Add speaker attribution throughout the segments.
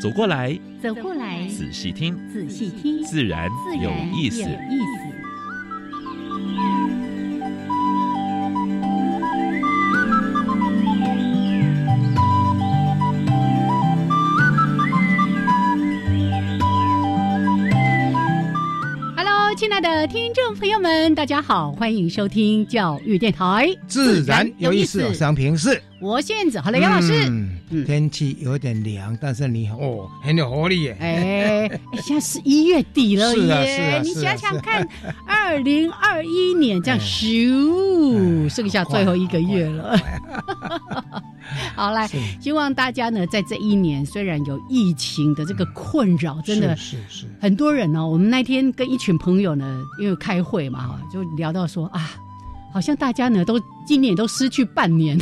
Speaker 1: 走过来，
Speaker 2: 走过来，
Speaker 1: 仔细听，
Speaker 2: 仔细听，
Speaker 1: 自然
Speaker 2: 自然
Speaker 1: 有意思。
Speaker 2: 有意思亲爱的听众朋友们，大家好，欢迎收听教育电台，
Speaker 3: 自然有意思。商平是，
Speaker 2: 我现子，好了，杨老师，嗯
Speaker 3: 嗯，天气有点凉，但是你哦很有活力耶。
Speaker 2: 哎，哎现在十一月底了
Speaker 3: 是啊是
Speaker 2: 耶，
Speaker 3: 啊
Speaker 2: 你
Speaker 3: 是啊
Speaker 2: 想想看，二零二一年这样咻，
Speaker 3: 哎
Speaker 2: 剩下最后一个月了。 好来，
Speaker 3: 是
Speaker 2: 希望大家呢，在这一年虽然有疫情的这个困扰，真的
Speaker 3: 是是是，
Speaker 2: 很多人呢、我们那天跟一群朋友呢，因为开会嘛，哈，
Speaker 3: 嗯
Speaker 2: 就聊到说啊，好像大家呢都今年都失去半 年，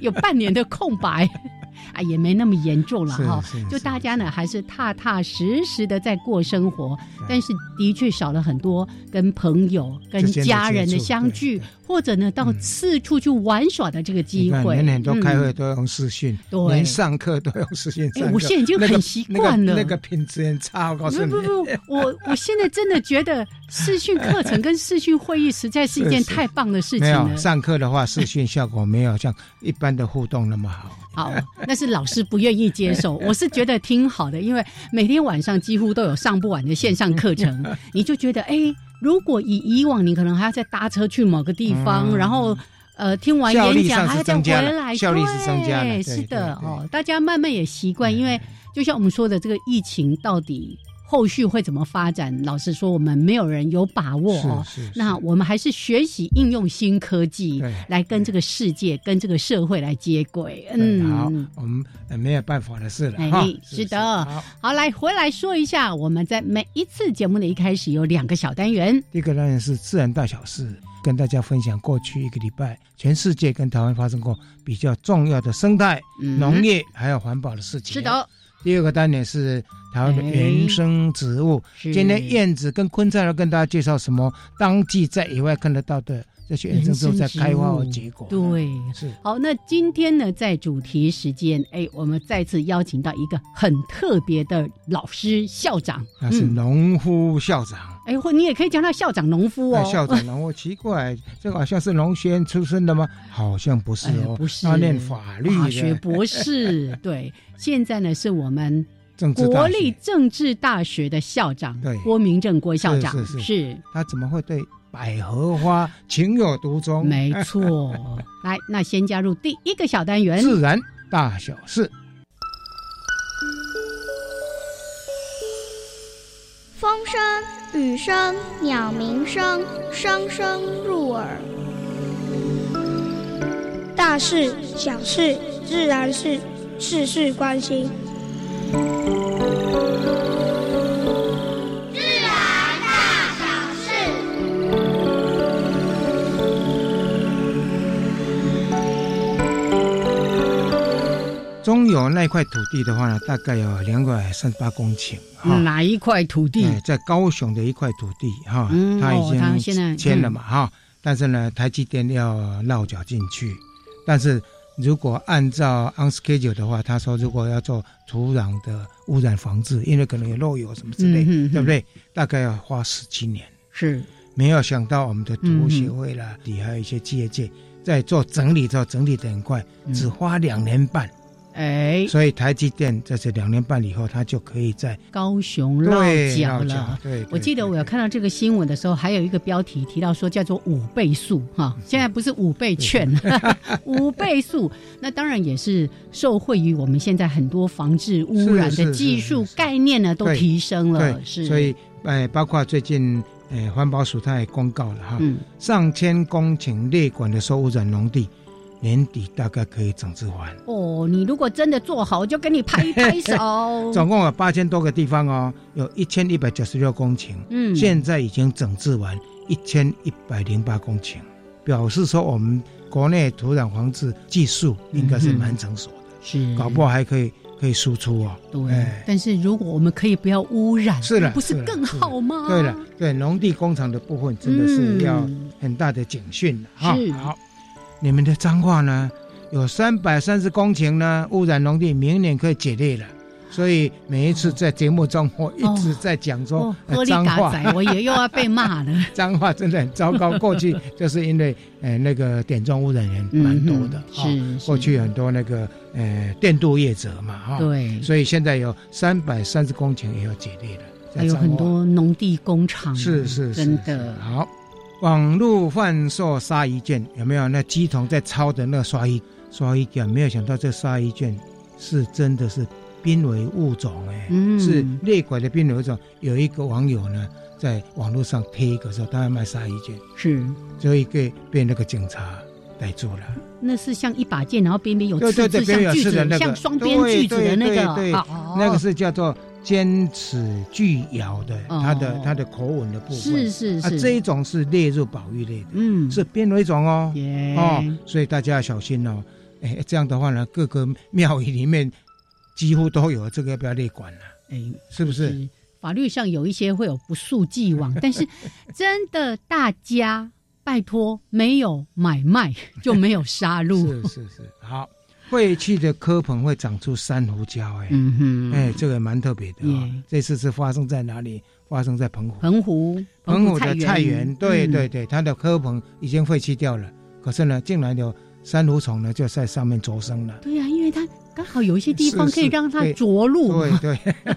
Speaker 2: 有半年的空白， 啊，也没那么严重了
Speaker 3: 是
Speaker 2: 哈、
Speaker 3: 是
Speaker 2: 就是大家呢还是踏踏实实的在过生活，
Speaker 3: 对
Speaker 2: 但是的确少了很多跟朋友、跟
Speaker 3: 之间的
Speaker 2: 家人的
Speaker 3: 接触
Speaker 2: 相聚
Speaker 3: 对对，
Speaker 2: 或者呢到
Speaker 3: 嗯
Speaker 2: 四处去玩耍的这个机
Speaker 3: 你看
Speaker 2: 会。
Speaker 3: 人很多开
Speaker 2: 嗯
Speaker 3: 会都用视讯，
Speaker 2: 对
Speaker 3: 连上课都用视讯。
Speaker 2: 哎
Speaker 3: 上课
Speaker 2: 我现在已经
Speaker 3: 那个
Speaker 2: 很习惯了
Speaker 3: 那个那个品质很差，我告诉你
Speaker 2: 不。不不，我我现在真的觉得视讯课程跟视讯会议实在是一件
Speaker 3: 是是
Speaker 2: 太棒的事情啊
Speaker 3: 没
Speaker 2: 了。
Speaker 3: 有上课的话，视讯效果没有像一般的互动那么好。
Speaker 2: 好，那是老师不愿意接 受，我是觉得挺好的，因为每天晚上几乎都有上不完的线上课 程，你就觉得哎，如果以以往你可能还要再搭车去某个地方，
Speaker 3: 嗯
Speaker 2: 然后。呃，听完
Speaker 3: 效
Speaker 2: 演
Speaker 3: 率
Speaker 2: 讲
Speaker 3: 上
Speaker 2: 还要
Speaker 3: 是
Speaker 2: 再
Speaker 3: 增
Speaker 2: 回
Speaker 3: 加了
Speaker 2: 来，
Speaker 3: 效率是
Speaker 2: 对
Speaker 3: 增加了对嗯
Speaker 2: 是的
Speaker 3: 对对
Speaker 2: 哦，大家慢慢也习惯，因为就像我们说的，这个疫情到底后续会怎么发展，老实说，我们没有人有把握哦。
Speaker 3: 是是是
Speaker 2: 那我们还是学习应用新科技
Speaker 3: 对，
Speaker 2: 来跟这个世界、跟这个社会来接轨。
Speaker 3: 对好
Speaker 2: 嗯，，
Speaker 3: 我们呃没有办法的事了
Speaker 2: 哎
Speaker 3: 哈。
Speaker 2: 是的
Speaker 3: 好
Speaker 2: 好，来回来说一下，我们在每一次节目的一开始有两个小单元，
Speaker 3: 第一个当然是自然大小事，跟大家分享过去一个礼拜全世界跟台湾发生过比较重要的生态、
Speaker 2: 嗯
Speaker 3: 农业还有环保的事情。
Speaker 2: 是。的，哦哎
Speaker 3: 第二个单元是台湾的原生植物，
Speaker 2: 是
Speaker 3: 今天燕子跟昆菜要跟大家介绍什么当季在野外看得到的这些原生植物在开花和结果。
Speaker 2: 对。
Speaker 3: 是
Speaker 2: 好，那今天呢，在主题时间，哎，我们再次邀请到一个很特别的老师校长，
Speaker 3: 那啊是
Speaker 2: 嗯，
Speaker 3: 农夫校长。
Speaker 2: 哎，或你也可以讲到校长农夫
Speaker 3: 那
Speaker 2: 哦，
Speaker 3: 啊校长，然后奇怪，这个好像是农学院出身的吗？好像不是
Speaker 2: 哎
Speaker 3: 哦，
Speaker 2: 不是
Speaker 3: 他念法律
Speaker 2: 法
Speaker 3: 的，
Speaker 2: 学博 士，对，现在呢是我们
Speaker 3: 政治
Speaker 2: 国
Speaker 3: 大学
Speaker 2: 立政治大学的校长，
Speaker 3: 对
Speaker 2: 郭明正郭校长
Speaker 3: 是是是他怎么会对百 合花情有独钟？
Speaker 2: 没 错。来，那先加入第一个小单元，
Speaker 3: 自然大小事，
Speaker 4: 风声、雨声、鸟鸣声，声声入耳。
Speaker 5: 大事、小事、自然是事事关心。
Speaker 3: 中油那块土地的话呢，大概有两百三十八公顷哈。
Speaker 2: 嗯哪一块土地？
Speaker 3: 哎在高雄的一块土地哈，
Speaker 2: 嗯
Speaker 3: 他
Speaker 2: 哦他
Speaker 3: 已
Speaker 2: 现在
Speaker 3: 经签了嘛哈、但是呢，台积电要落脚进去，但是如果按照 on schedule 的话，他说如果要做土壤的污染防治，因为可能有漏油什么之类，
Speaker 2: 嗯哼哼
Speaker 3: 对不对？大概要花十七年。
Speaker 2: 是
Speaker 3: 没有想到我们的
Speaker 2: 嗯
Speaker 3: 土协会啦，底还有一些企业界在做整理之后，整理的很快，
Speaker 2: 嗯
Speaker 3: 只花两年半，
Speaker 2: 哎，
Speaker 3: 所以台积电在这两年半以后，它就可以在
Speaker 2: 高雄落
Speaker 3: 对
Speaker 2: 脚
Speaker 3: 落
Speaker 2: 了。
Speaker 3: 对，对
Speaker 2: 我记得
Speaker 3: 对
Speaker 2: 我有看到这个新闻的时候，还有一个标题提到说叫做五倍速哈，
Speaker 3: 嗯
Speaker 2: 现在不是五倍券， 五倍速。那当然也是受惠于我们现在很多防治污染
Speaker 3: 是
Speaker 2: 的
Speaker 3: 是
Speaker 2: 技
Speaker 3: 是
Speaker 2: 术
Speaker 3: 是是
Speaker 2: 概念呢都
Speaker 3: 对
Speaker 2: 提升了，
Speaker 3: 对，
Speaker 2: 是
Speaker 3: 所以呃，包括最近呃，环保署它也公告了哈，
Speaker 2: 嗯
Speaker 3: 上千公顷列管的受污染农地，年底大概可以整治完。
Speaker 2: 哦，你如果真的做好，就跟你拍一拍手。
Speaker 3: 总共有八千多个地方哦，有一千一百九十六公顷，
Speaker 2: 嗯，
Speaker 3: 现在已经整治完一千一百零八公顷，表示说我们国内土壤防治技术应该是蛮成熟的，
Speaker 2: 是
Speaker 3: 搞不好还可以可以输出哦。
Speaker 2: 嗯对
Speaker 3: 哎。
Speaker 2: 但是如果我们可以不要污染，
Speaker 3: 是了
Speaker 2: 不是更好吗？
Speaker 3: 对了，对农地工厂的部分真的是要
Speaker 2: 嗯
Speaker 3: 很大的警讯了啊哈、
Speaker 2: 是
Speaker 3: 好，你们的彰化呢，有三百三十公顷呢污染农地，明年可以解列了。所以每一次在节目中，我一直在讲说
Speaker 2: 哦，，合
Speaker 3: 呃
Speaker 2: 理
Speaker 3: 彰
Speaker 2: 嘎
Speaker 3: 化
Speaker 2: 仔，我也又要被骂了。
Speaker 3: 脏话真的很糟糕。过去就是因为呃那个点状污染源 蛮多的，
Speaker 2: 嗯
Speaker 3: 哦
Speaker 2: 哼是是
Speaker 3: 过去很多那个呃电镀业者嘛，哈、
Speaker 2: 对，
Speaker 3: 所以现在有三百三十公顷也有解列了，在
Speaker 2: 还有
Speaker 3: 彰化
Speaker 2: 很多农地工厂，
Speaker 3: 是是是
Speaker 2: 真
Speaker 3: 是
Speaker 2: 的。
Speaker 3: 好。网络贩售鲨鱼券有没有？那鸡童在抄的那个鲨鱼鲨鱼卷，没有想到这鲨鱼卷是真的是濒危物种哎、
Speaker 2: 嗯，
Speaker 3: 是猎鬼的濒危物种。有一个网友呢，在网络上贴一个说他要卖鲨鱼卷，
Speaker 2: 是，
Speaker 3: 所以被被那个警察逮住了。
Speaker 2: 那是像一把剑，然后边边有
Speaker 3: 对
Speaker 2: 刺
Speaker 3: 对对
Speaker 2: 字，像
Speaker 3: 边边有
Speaker 2: 锯
Speaker 3: 刺的
Speaker 2: 子，
Speaker 3: 那个
Speaker 2: 像双边锯子的那
Speaker 3: 对
Speaker 2: 个，
Speaker 3: 对对对
Speaker 2: 哦
Speaker 3: 那个是叫做尖齿巨咬的，
Speaker 2: 哦
Speaker 3: 它的它的口吻的部分。
Speaker 2: 是是
Speaker 3: 啊
Speaker 2: 是，，
Speaker 3: 这一种是列入保育类的，
Speaker 2: 嗯
Speaker 3: 是濒危种哦。
Speaker 2: 耶
Speaker 3: 哦，所以大家要小心哦。哎，这样的话呢，各个庙宇里面几乎都有这个要不要列管了、啊
Speaker 2: 哎
Speaker 3: 是不是？
Speaker 2: 是法律上有一些会有不溯既往，但 是真的大家拜托，没有买卖就没有杀戮。
Speaker 3: 是是是，好，废弃的科棚会长出珊瑚礁、哎、
Speaker 2: 嗯哼，
Speaker 3: 哎，这个蛮特别的、哦
Speaker 2: 耶。
Speaker 3: 这次是发生在哪里？发生在澎湖，
Speaker 2: 澎湖，
Speaker 3: 澎湖
Speaker 2: 湖嗯
Speaker 3: 的菜园，对对，对，它的科棚已经废弃掉了，可是呢，竟然有珊瑚虫呢就在上面着生了
Speaker 2: 嗯。对呀，因为它刚好有一些地方
Speaker 3: 是是
Speaker 2: 可以让它
Speaker 3: 对
Speaker 2: 着陆
Speaker 3: 对
Speaker 2: 嘛，
Speaker 3: 对，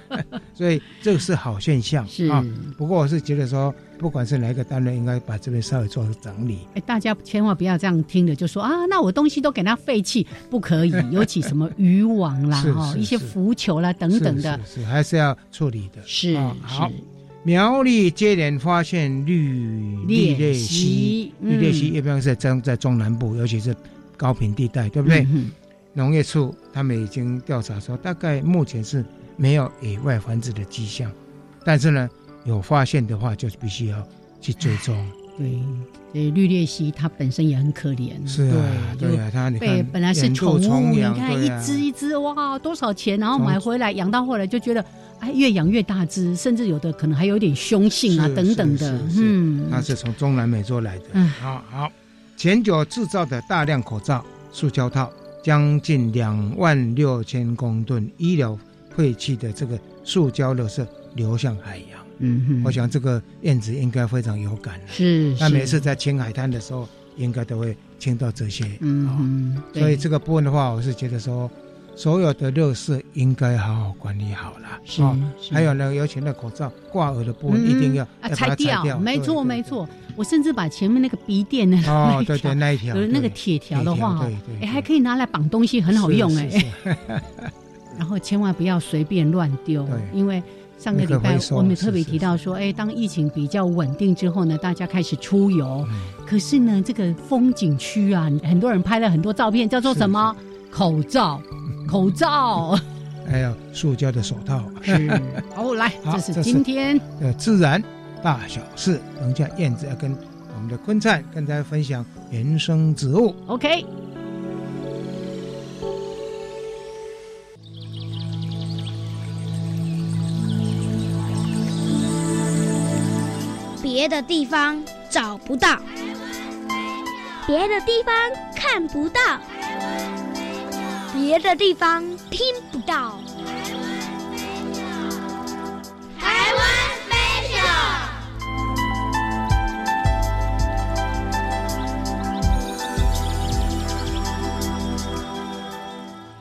Speaker 3: 所以这个是好现象
Speaker 2: 哦是。
Speaker 3: 啊。不过我是觉得说，不管是哪一个单位，应该把这边稍微做整理。
Speaker 2: 哎，大家千万不要这样听着就说啊，那我东西都给它废弃，不可以。尤其什么渔网啦，
Speaker 3: 是
Speaker 2: 哦，
Speaker 3: 是
Speaker 2: 一些
Speaker 3: 是
Speaker 2: 浮球啦等等的，
Speaker 3: 是是是还是要处理的。
Speaker 2: 是
Speaker 3: 啊好
Speaker 2: 是，
Speaker 3: 苗栗接连发现绿
Speaker 2: 裂
Speaker 3: 裂
Speaker 2: 隙
Speaker 3: 蜥，
Speaker 2: 嗯
Speaker 3: 绿裂蜥一般是在中在中南部，尤其是高平地带，对不对？
Speaker 2: 嗯哼
Speaker 3: 农业处他们已经调查说，大概目前是没有野外繁殖的迹象，但是呢，有发现的话就必须要去追踪。
Speaker 2: 对，这绿鬣蜥它本身也很可怜，
Speaker 3: 是啊，
Speaker 2: 嗯对，
Speaker 3: 对
Speaker 2: 就
Speaker 3: 啊，他你
Speaker 2: 被
Speaker 3: 看
Speaker 2: 本来是
Speaker 3: 远
Speaker 2: 宠
Speaker 3: 渡重
Speaker 2: 物，你
Speaker 3: 洋
Speaker 2: 看
Speaker 3: 对
Speaker 2: 一
Speaker 3: 啊
Speaker 2: 只一只，哇，多少钱？然后
Speaker 3: 从
Speaker 2: 买回来养到后来就觉得，哎，越养越大只，甚至有的可能还有点凶性啊
Speaker 3: 是
Speaker 2: 等等的
Speaker 3: 是，是是
Speaker 2: 嗯，
Speaker 3: 它是从中南美洲来的。
Speaker 2: 嗯
Speaker 3: 好好，前久制造的大量口罩、塑胶套，将近两万六千公吨医疗废弃的这个塑胶垃圾流向海洋。
Speaker 2: 嗯哼，
Speaker 3: 我想这个燕子应该非常有感啊了。
Speaker 2: 是，
Speaker 3: 那
Speaker 2: 是
Speaker 3: 每次在清海滩的时候，应该都会听到这些。哦
Speaker 2: 嗯哼，
Speaker 3: 所以
Speaker 2: 对
Speaker 3: 这个部分的话，我是觉得说，所有的垃圾应该好好管理好了。
Speaker 2: 是
Speaker 3: 哦
Speaker 2: 是
Speaker 3: 还有呢，尤其那口罩挂耳的部分，一定要
Speaker 2: 啊
Speaker 3: 要把它
Speaker 2: 拆掉，没
Speaker 3: 对
Speaker 2: 错
Speaker 3: 对
Speaker 2: 没
Speaker 3: 对
Speaker 2: 错，我甚至把前面那个鼻垫的
Speaker 3: 哦
Speaker 2: 那，一
Speaker 3: 对对，
Speaker 2: 条，
Speaker 3: 那一条
Speaker 2: 有那个
Speaker 3: 对
Speaker 2: 铁条的话哦
Speaker 3: 铁条对对，
Speaker 2: 哎，
Speaker 3: 对
Speaker 2: 还可以拿来绑东西，很好
Speaker 3: 是
Speaker 2: 用
Speaker 3: 是
Speaker 2: 哎。
Speaker 3: 是
Speaker 2: 然后千万不要随便乱丢
Speaker 3: 嗯对，
Speaker 2: 因为上个
Speaker 3: 那个
Speaker 2: 礼拜
Speaker 3: 回收
Speaker 2: 我们
Speaker 3: 是
Speaker 2: 特别
Speaker 3: 是
Speaker 2: 提到说，哎，当疫情比较稳定之后呢，大家开始出游，
Speaker 3: 嗯
Speaker 2: 可是呢，这个风景区啊，很多人拍了很多照片，叫做
Speaker 3: 是
Speaker 2: 什么？口罩，口 罩
Speaker 3: 还有塑胶的手套，
Speaker 2: 是。好，来，
Speaker 3: 好
Speaker 2: 这是
Speaker 3: 这是
Speaker 2: 今天
Speaker 3: 呃，自然大小事。等一下，燕子要跟我们的坤灿跟大家分享原生植物。
Speaker 2: OK。
Speaker 5: 别的地方找不到。
Speaker 4: 别的地方看不到，别的地方听不到。台湾 special。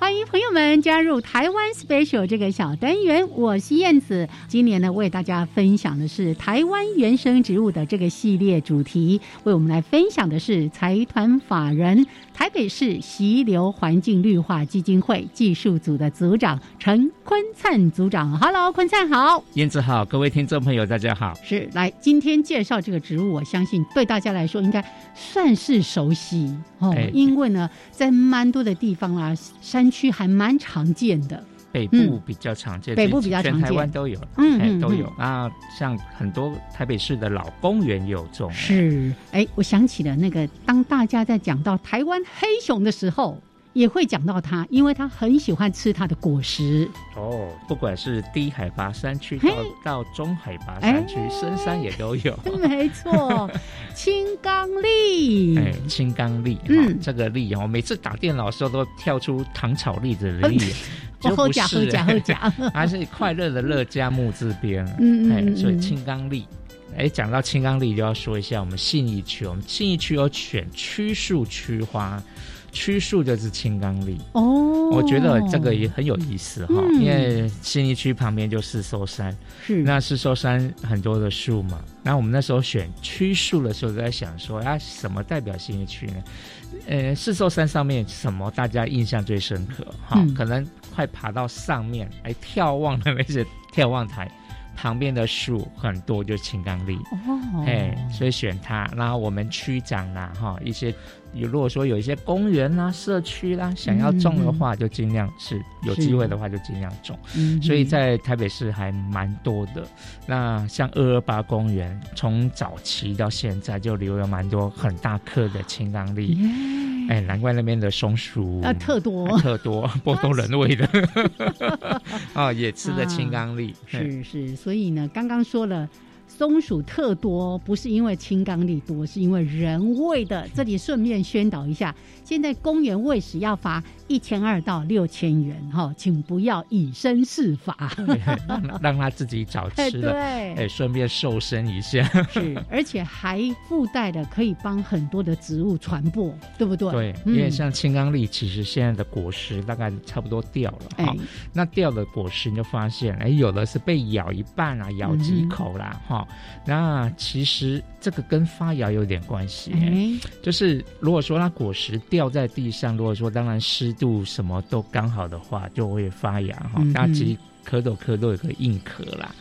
Speaker 2: 欢迎朋友们加入台湾 Special 这个小单元，我是燕子。今年呢，为大家分享的是台湾原生植物的这个系列主题，为我们来分享的是财团法人台北市溪流环境绿化基金会技术组的组长陈坤灿组长。Hello，坤灿好。
Speaker 6: 燕子好，各位听众朋友，大家好。
Speaker 2: 是，来今天介绍这个植物，我相信对大家来说应该算是熟悉哦，
Speaker 6: 哎
Speaker 2: 因为呢，在蛮多的地方啊，山区还蛮常见的。
Speaker 6: 北部比较常见，
Speaker 2: 嗯北部比较常见
Speaker 6: 全台湾都有，
Speaker 2: 嗯
Speaker 6: 哎
Speaker 2: 嗯
Speaker 6: 都有。那像很多台北市的老公园也有种，
Speaker 2: 是，哎，我想起了那个，当大家在讲到台湾黑熊的时候，也会讲到它，因为它很喜欢吃它的果实。
Speaker 6: 哦，不管是低海拔山区
Speaker 2: 嘿
Speaker 6: 到到中海拔
Speaker 2: 哎
Speaker 6: 山区，深山也都有。
Speaker 2: 嗯没错，青冈哦 栎。
Speaker 6: 哎，青冈栎，
Speaker 2: 嗯
Speaker 6: 哦这个栎哦，每次打电脑的时候都跳出糖炒栗子 的栗，
Speaker 2: 哦
Speaker 6: 就
Speaker 2: 好
Speaker 6: 不
Speaker 2: 假好
Speaker 6: 是，
Speaker 2: 假好假，
Speaker 6: 还是快乐的乐加木字边，
Speaker 2: 嗯嗯
Speaker 6: 哎
Speaker 2: 嗯
Speaker 6: 所以
Speaker 2: 嗯
Speaker 6: 青冈栎。哎，讲到青冈栎，就要说一下我们信义区。我们信义区有选曲树区花，曲树就是青冈栎。
Speaker 2: 哦，
Speaker 6: 我觉得这个也很有意思哈、
Speaker 2: 嗯
Speaker 6: 因为信义区旁边就四收山，
Speaker 2: 是
Speaker 6: 那四收山很多的树嘛。那我们那时候选区树的时候，就在想说啊，什么代表信义区呢？呃，四收山上面什么大家印象最深刻哈、
Speaker 2: 嗯
Speaker 6: 可能快爬到上面，哎，眺望的那些眺望台旁边的树很多，就是青冈栎。
Speaker 2: 哦，
Speaker 6: 哎，所以选它。那我们区长啦，哈，一些有如果说有一些公园啦、社区啦，想要种的话，就尽量是有
Speaker 2: 嗯是
Speaker 6: 机会的话就尽量种。
Speaker 2: 嗯
Speaker 6: 所以在台北市还蛮多的。那像二二八公园，从早期到现在就留有蛮多很大棵的青冈栎。
Speaker 2: 耶
Speaker 6: 哎，难怪那边的松鼠
Speaker 2: 啊特多
Speaker 6: 还特多，波多人喂 的哦，也吃的青冈栎。嗯
Speaker 2: 啊是是，所以呢，刚刚说了。松鼠特多，不是因为青冈栎多，是因为人喂的。这里顺便宣导一下，现在公园喂食要罚一千二到六千元哈、请不要以身试 法。
Speaker 6: 让让他自己找
Speaker 2: 哎，
Speaker 6: 吃 的，
Speaker 2: 对，
Speaker 6: 哎，顺便瘦身一下。
Speaker 2: 是，而且还附带的可以帮很多的植物传播，对不对？嗯
Speaker 6: 对，因为像青冈栎，其实现在的果实大概差不多掉了。
Speaker 2: 哎
Speaker 6: 哈，那掉的果实你就发现，哎，有的是被咬一半啊，咬几
Speaker 2: 嗯哼
Speaker 6: 口啦，哈、那其实这个跟发芽有点关系、
Speaker 2: 哎，
Speaker 6: 就是如果说它果实掉在地上，如果说当然湿度什么都刚好的话，就会发芽哈
Speaker 2: 嗯哼。
Speaker 6: 那其实壳斗壳都有个硬壳啦，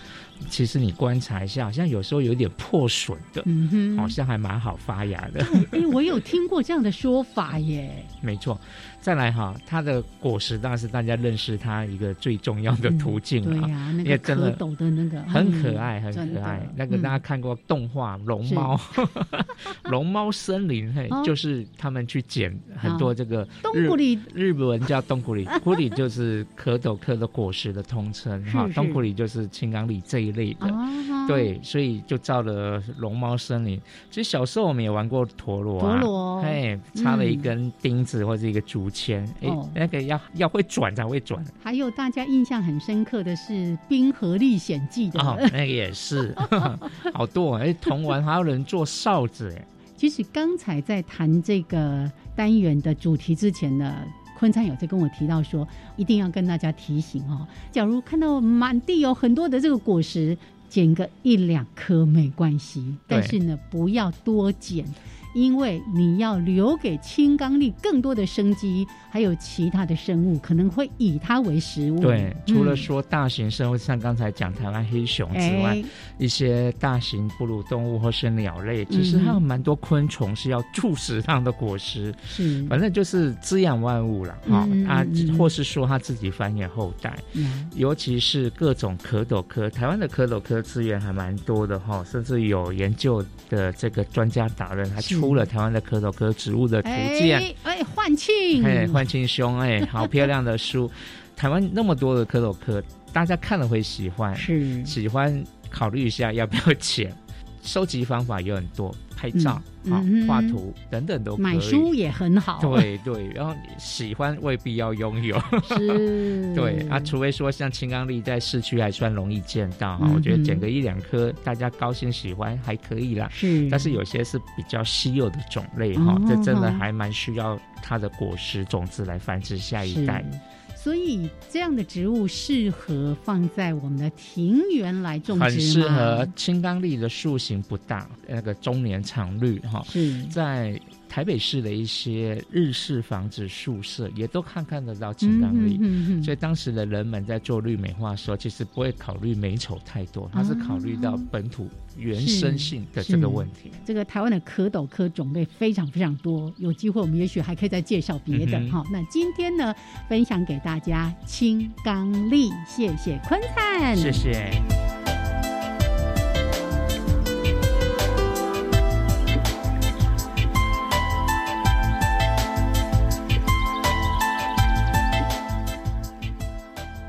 Speaker 6: 其实你观察一下，好像有时候有点破损的，
Speaker 2: 嗯哼，
Speaker 6: 好像还蛮好发芽的。
Speaker 2: 哎，我有听过这样的说法耶。
Speaker 6: 没错，再来哈，它的果实当然是大家认识它 一个最重要的途径
Speaker 2: 嗯
Speaker 6: 啊
Speaker 2: 对
Speaker 6: 了。
Speaker 2: 呀、那
Speaker 6: 因
Speaker 2: 个
Speaker 6: 为真
Speaker 2: 蝌
Speaker 6: 的
Speaker 2: 蚪的那个
Speaker 6: 很
Speaker 2: 嗯
Speaker 6: 可爱，很可爱
Speaker 2: 真的。
Speaker 6: 那个
Speaker 2: 嗯
Speaker 6: 大家看过动画《龙猫》， 龙猫森林，嘿
Speaker 2: 哦，
Speaker 6: 就是他们去捡很多这个
Speaker 2: 东
Speaker 6: 日
Speaker 2: 古里
Speaker 6: 日文叫冬古 里，古里就是可斗科的果实的通称哈
Speaker 2: 是，是
Speaker 6: 冬古里就是青冈里这一类的。
Speaker 2: 啊，
Speaker 6: 对，所以就造了龙猫森林。其实小时候我们也玩过陀螺、啊，
Speaker 2: 陀螺
Speaker 6: 哎，插了一
Speaker 2: 嗯
Speaker 6: 根钉子或者一个竹签，哎、
Speaker 2: 哦
Speaker 6: 那个要要会转才会转
Speaker 2: 还有大家印象很深刻的是《冰河历险记》的，
Speaker 6: 哦，那个也是，好多哦哎，铜玩还有人做哨子，哎，
Speaker 2: 其实刚才在谈这个单元的主题之前呢，坤灿有在跟我提到说，一定要跟大家提醒哦，假如看到满地有很多的这个果实，捡个一两颗没关系，
Speaker 6: 对
Speaker 2: 但是呢，不要多捡。因为你要留给青冈栎更多的生机，还有其他的生物可能会以它为食物。
Speaker 6: 对，除了
Speaker 2: 嗯
Speaker 6: 说大型生物，像刚才讲台湾黑熊之外，
Speaker 2: 哎，
Speaker 6: 一些大型哺乳动物或是鸟类，其实还有
Speaker 2: 嗯
Speaker 6: 蛮多昆虫是要蛀食它的果实，
Speaker 2: 是，
Speaker 6: 反正就是滋养万物了哈、
Speaker 2: 嗯
Speaker 6: 啊
Speaker 2: 嗯嗯，
Speaker 6: 或是说它自己繁衍后代，
Speaker 2: 呀
Speaker 6: 尤其是各种蝌蚪科，台湾的蝌蚪科资源还蛮多的哈、甚至有研究的这个专家达人还
Speaker 2: 是
Speaker 6: 出了台湾的蝌蚪科植物的图鉴。
Speaker 2: 哎哎，幻庆，
Speaker 6: 哎，焕清兄， 哎，好漂亮的书！台湾那么多的蝌蚪科，大家看了会喜欢，
Speaker 2: 是
Speaker 6: 喜欢考虑一下要不要捡。 收集方法有很多，拍照、
Speaker 2: 嗯
Speaker 6: 啊
Speaker 2: 嗯哼
Speaker 6: 画图等等都可以。
Speaker 2: 买书也很好，
Speaker 6: 对对，然后喜欢未必要拥 有，
Speaker 2: 是，
Speaker 6: 对啊，除非说像青冈栎在市区还算容易见到哈，
Speaker 2: 嗯哼
Speaker 6: 我觉得捡个一两颗，大家高兴喜欢还可以啦。
Speaker 2: 是，
Speaker 6: 但是有些是比较稀有的种类哈，
Speaker 2: 哦
Speaker 6: 这真的还蛮需要它的果实种子来繁殖下一代。
Speaker 2: 是。所以这样的植物适合放在我们的庭园来种植吗？
Speaker 6: 很适合青冈栎的树型不大，那个中年常绿哈，
Speaker 2: 是
Speaker 6: 在台北市的一些日式房子宿舍也都看看得到青
Speaker 2: 嗯
Speaker 6: 冈栎。
Speaker 2: 嗯嗯
Speaker 6: 所以当时的人们在做绿美化的时候，其实不会考虑美丑太多，它是考虑到本土原生性的这个问题。
Speaker 2: 这个台湾的蝌蚪科种类非常非常多，有机会我们也许还可以再介绍别的
Speaker 6: 嗯哼
Speaker 2: 哈、那今天呢，分享给大家青冈栎，谢谢坤灿，
Speaker 6: 谢谢。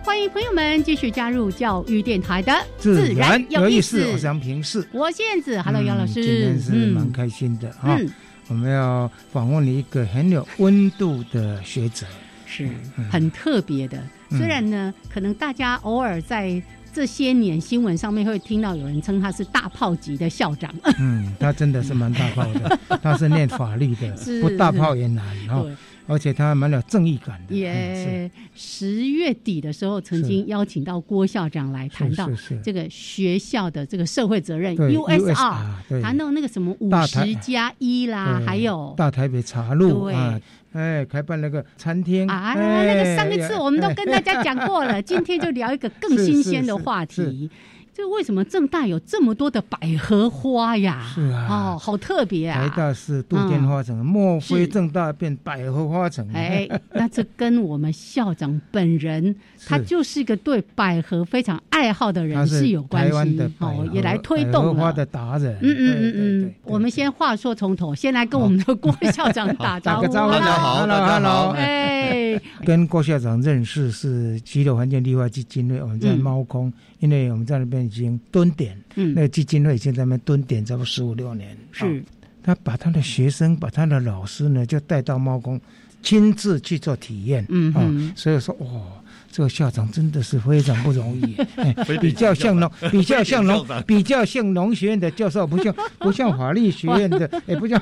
Speaker 2: 欢迎朋友们继续加入教育电台的
Speaker 3: 自然有意
Speaker 2: 思
Speaker 3: 思，。我是杨平视。
Speaker 2: 我是燕子，Hello
Speaker 3: 嗯
Speaker 2: 杨老师，
Speaker 3: 今天是蛮开啊心的哈、
Speaker 2: 嗯，
Speaker 3: 我们要访问一个很有温度的学 者，
Speaker 2: 是很特别的。
Speaker 3: 嗯
Speaker 2: 虽然呢，可能大家偶尔在这些年新闻上面会听到有人称他是大炮级的校长，
Speaker 3: 嗯，他真的是蛮大炮 的，他是念法律的
Speaker 2: 是，
Speaker 3: 不大炮也难 哈，
Speaker 2: 对，
Speaker 3: 而且他蛮有正义感的，嗯
Speaker 2: 也十月底的时候曾经邀请到郭校长来
Speaker 3: 是
Speaker 2: 谈到
Speaker 3: 是是是，
Speaker 2: 这个学校的这个社会责任
Speaker 3: 对
Speaker 2: USR，
Speaker 3: 对，
Speaker 2: 谈到那个什么五
Speaker 3: 大台
Speaker 2: 十加一啦，
Speaker 3: 对
Speaker 2: 还有
Speaker 3: 大台北茶路
Speaker 2: 对
Speaker 3: 啊，哎，开办那个餐厅
Speaker 2: 啊，
Speaker 3: 哎
Speaker 2: 那个上一次我们都跟大家讲过 了，今天就聊一个更新鲜的话
Speaker 3: 是是
Speaker 2: 题。就为什么正大有这么多的百合花呀？
Speaker 3: 是啊
Speaker 2: 哦，好特别
Speaker 3: 台
Speaker 2: 啊！嗯
Speaker 3: 大是杜鹃花城，莫非正大变百合花城？
Speaker 2: 哎，那这跟我们校长本人，
Speaker 3: 是
Speaker 2: 他就是一个对百合非常爱好的
Speaker 3: 他
Speaker 2: 人
Speaker 3: 是
Speaker 2: 是有关
Speaker 3: 台湾
Speaker 2: 系
Speaker 3: 的，百合
Speaker 2: 哦，也来推
Speaker 3: 百合
Speaker 2: 动
Speaker 3: 花
Speaker 2: 了。
Speaker 3: 的达人。
Speaker 2: 嗯嗯嗯
Speaker 3: 对对对
Speaker 2: 嗯
Speaker 3: 对，
Speaker 2: 我们先话说从头，先来跟我们的郭校长打招
Speaker 3: 打 个
Speaker 2: 呼。
Speaker 3: 招呼，嗯
Speaker 7: 大家好
Speaker 3: Hello，
Speaker 7: 大家好
Speaker 3: Hello
Speaker 2: 哎，
Speaker 3: 跟郭校长认识是肌肉环境绿化基金会，我们在猫空，因为我们在那边已经蹲点，
Speaker 2: 嗯
Speaker 3: 那，个基金会已经在那边蹲点差不多十五六年。啊
Speaker 2: 是，
Speaker 3: 他把他的学生、把他的老师呢，就带到猫空，亲自去做体验。
Speaker 2: 嗯
Speaker 3: 啊
Speaker 2: 哼，
Speaker 3: 所以说，哦，这个校长真的是非常不容 易，哎
Speaker 7: 非得
Speaker 3: 比较 像农，比较像农
Speaker 7: 校长，
Speaker 3: 比较像农学院的教授，不像不像法律学院 的，也不像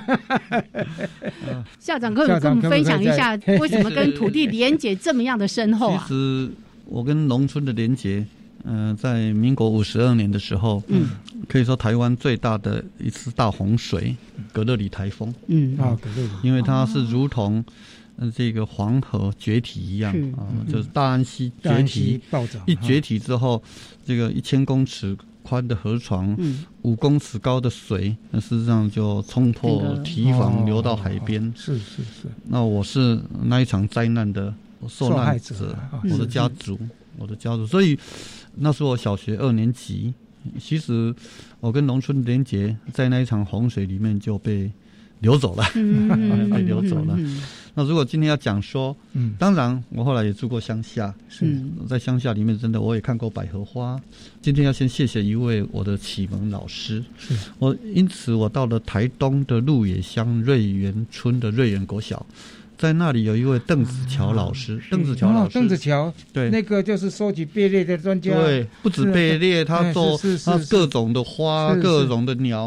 Speaker 2: 校长跟我们
Speaker 3: 校长
Speaker 2: 跟我们分
Speaker 3: 可
Speaker 2: 享
Speaker 3: 不
Speaker 2: 一
Speaker 3: 可以
Speaker 2: 下，为什么跟土地连结这么样的深厚啊
Speaker 7: 其？实我跟农村的连结，嗯、在民国五十二年的时候，
Speaker 2: 嗯
Speaker 7: 可以说台湾最大的一次大洪水——格勒里台风，
Speaker 2: 嗯，
Speaker 3: 啊，可对
Speaker 7: 因为它是如同。嗯，这个黄河决堤一样
Speaker 2: 是
Speaker 7: 啊、就是大安溪
Speaker 3: 嗯大
Speaker 7: 决
Speaker 3: 安
Speaker 7: 堤
Speaker 3: 溪，暴涨，
Speaker 7: 一决
Speaker 3: 啊
Speaker 7: 堤之后，这个一千公尺宽的河床，
Speaker 2: 嗯
Speaker 7: 五公尺高的水，那事实上就冲破
Speaker 2: 整个
Speaker 7: 堤防
Speaker 3: 哦
Speaker 7: 流到海边。
Speaker 3: 是是是，
Speaker 7: 那我是那一场灾难的受难
Speaker 3: 受害者啊
Speaker 7: 我的家族，我的家族。所以那时候我小学二年级，其实我跟农村连结在那一场洪水里面就被流走了。
Speaker 2: 嗯，
Speaker 7: 被流走了
Speaker 2: 嗯
Speaker 7: 那如果今天要讲说，
Speaker 3: 嗯，
Speaker 7: 当然我后来也住过乡下，
Speaker 3: 是
Speaker 2: 嗯，
Speaker 7: 在乡下里面真的我也看过百合花。今天要先谢谢一位我的启蒙老师，
Speaker 3: 是
Speaker 7: 我因此我到了台东的鹿野乡瑞园村的瑞园国小。在那里有一位邓子乔老师，邓子乔
Speaker 3: 哦
Speaker 7: 老，师，
Speaker 3: 邓子乔
Speaker 7: 对，
Speaker 3: 那个就是收集贝类的专家，啊
Speaker 7: 对，不止贝列，
Speaker 3: 哎
Speaker 7: 他
Speaker 3: 是
Speaker 7: 做
Speaker 3: 是是
Speaker 7: 他
Speaker 3: 是
Speaker 7: 各种的花
Speaker 3: 是、是
Speaker 7: 各种的鸟，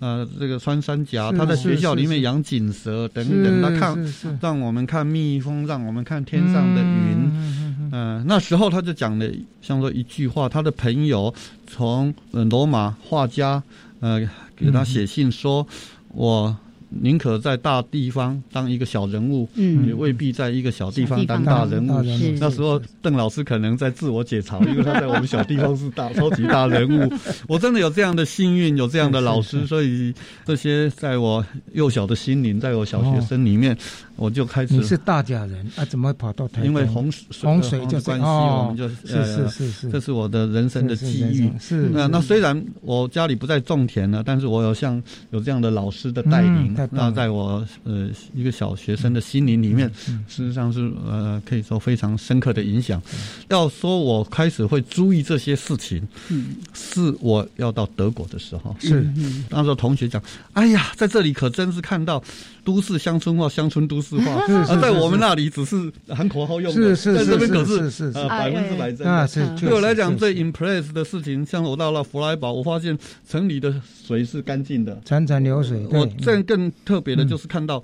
Speaker 7: 呃，这个穿山甲，
Speaker 3: 是
Speaker 7: 他在
Speaker 3: 是
Speaker 7: 学校
Speaker 3: 是
Speaker 7: 里面
Speaker 3: 是
Speaker 7: 养锦蛇等
Speaker 3: 是，
Speaker 7: 等，他看
Speaker 3: 是是
Speaker 7: 让我们看蜜蜂，让我们看天上的云。
Speaker 3: 嗯嗯嗯嗯
Speaker 7: 嗯，那时候他就讲了，像说一句话，他的朋友从呃罗马画家呃给他写信说，我宁可在大地方当一个小人物，也
Speaker 2: 嗯，
Speaker 7: 未必在一个小地
Speaker 2: 小
Speaker 7: 方
Speaker 2: 地方
Speaker 7: 当大人物
Speaker 3: 大。人
Speaker 2: 是
Speaker 7: 那时候
Speaker 3: 是
Speaker 7: 邓老师可能在自我解嘲，因为他在我们小地方是大超级大人物。我真的有这样的幸运，有这样的老
Speaker 3: 是
Speaker 7: 师，
Speaker 3: 是
Speaker 7: 所以这些在我幼小的心灵，在我小学生里面，我就开
Speaker 3: 哦你是
Speaker 7: 始
Speaker 3: 大甲人啊，怎么跑到台东？
Speaker 7: 因为洪水
Speaker 3: 洪水就是
Speaker 7: 的关系，
Speaker 3: 哦
Speaker 7: 我们就是
Speaker 3: 是
Speaker 7: 呃
Speaker 3: 是是，
Speaker 7: 这是我的人生的机
Speaker 3: 是
Speaker 7: 遇。
Speaker 3: 是
Speaker 7: 那
Speaker 3: 是
Speaker 7: 那虽然我家里不再种田了，但是我有像有这样的老师的带领
Speaker 3: 嗯，太棒了
Speaker 7: 那在我呃一个小学生的心灵里面，
Speaker 3: 嗯
Speaker 7: 事实上是呃可以说非常深刻的影响。要说我开始会注意这些事情，
Speaker 2: 嗯
Speaker 7: 是我要到德国的时候。
Speaker 3: 是
Speaker 2: 嗯
Speaker 7: 那时候同学讲：“哎呀，在这里可真是看到都市乡村化、乡村都市 化，
Speaker 3: 是是
Speaker 7: 而啊在
Speaker 3: 是
Speaker 7: 我们
Speaker 3: 是
Speaker 7: 那里只是喊口号用
Speaker 3: 是
Speaker 7: 的，
Speaker 3: 是
Speaker 7: 在
Speaker 3: 是
Speaker 7: 这边可
Speaker 3: 是是哎是
Speaker 7: 呃百分之百真
Speaker 3: 那
Speaker 7: 的。
Speaker 3: 是
Speaker 2: 嗯
Speaker 3: 确
Speaker 7: 对我
Speaker 3: 实
Speaker 7: 来讲，
Speaker 3: 确
Speaker 7: 最
Speaker 3: 实
Speaker 7: impress 的事情，像我到了弗莱堡，我发现城里的水是干净的，
Speaker 3: 潺潺流水，对
Speaker 7: 我这更特别的
Speaker 3: 嗯
Speaker 7: 就是看到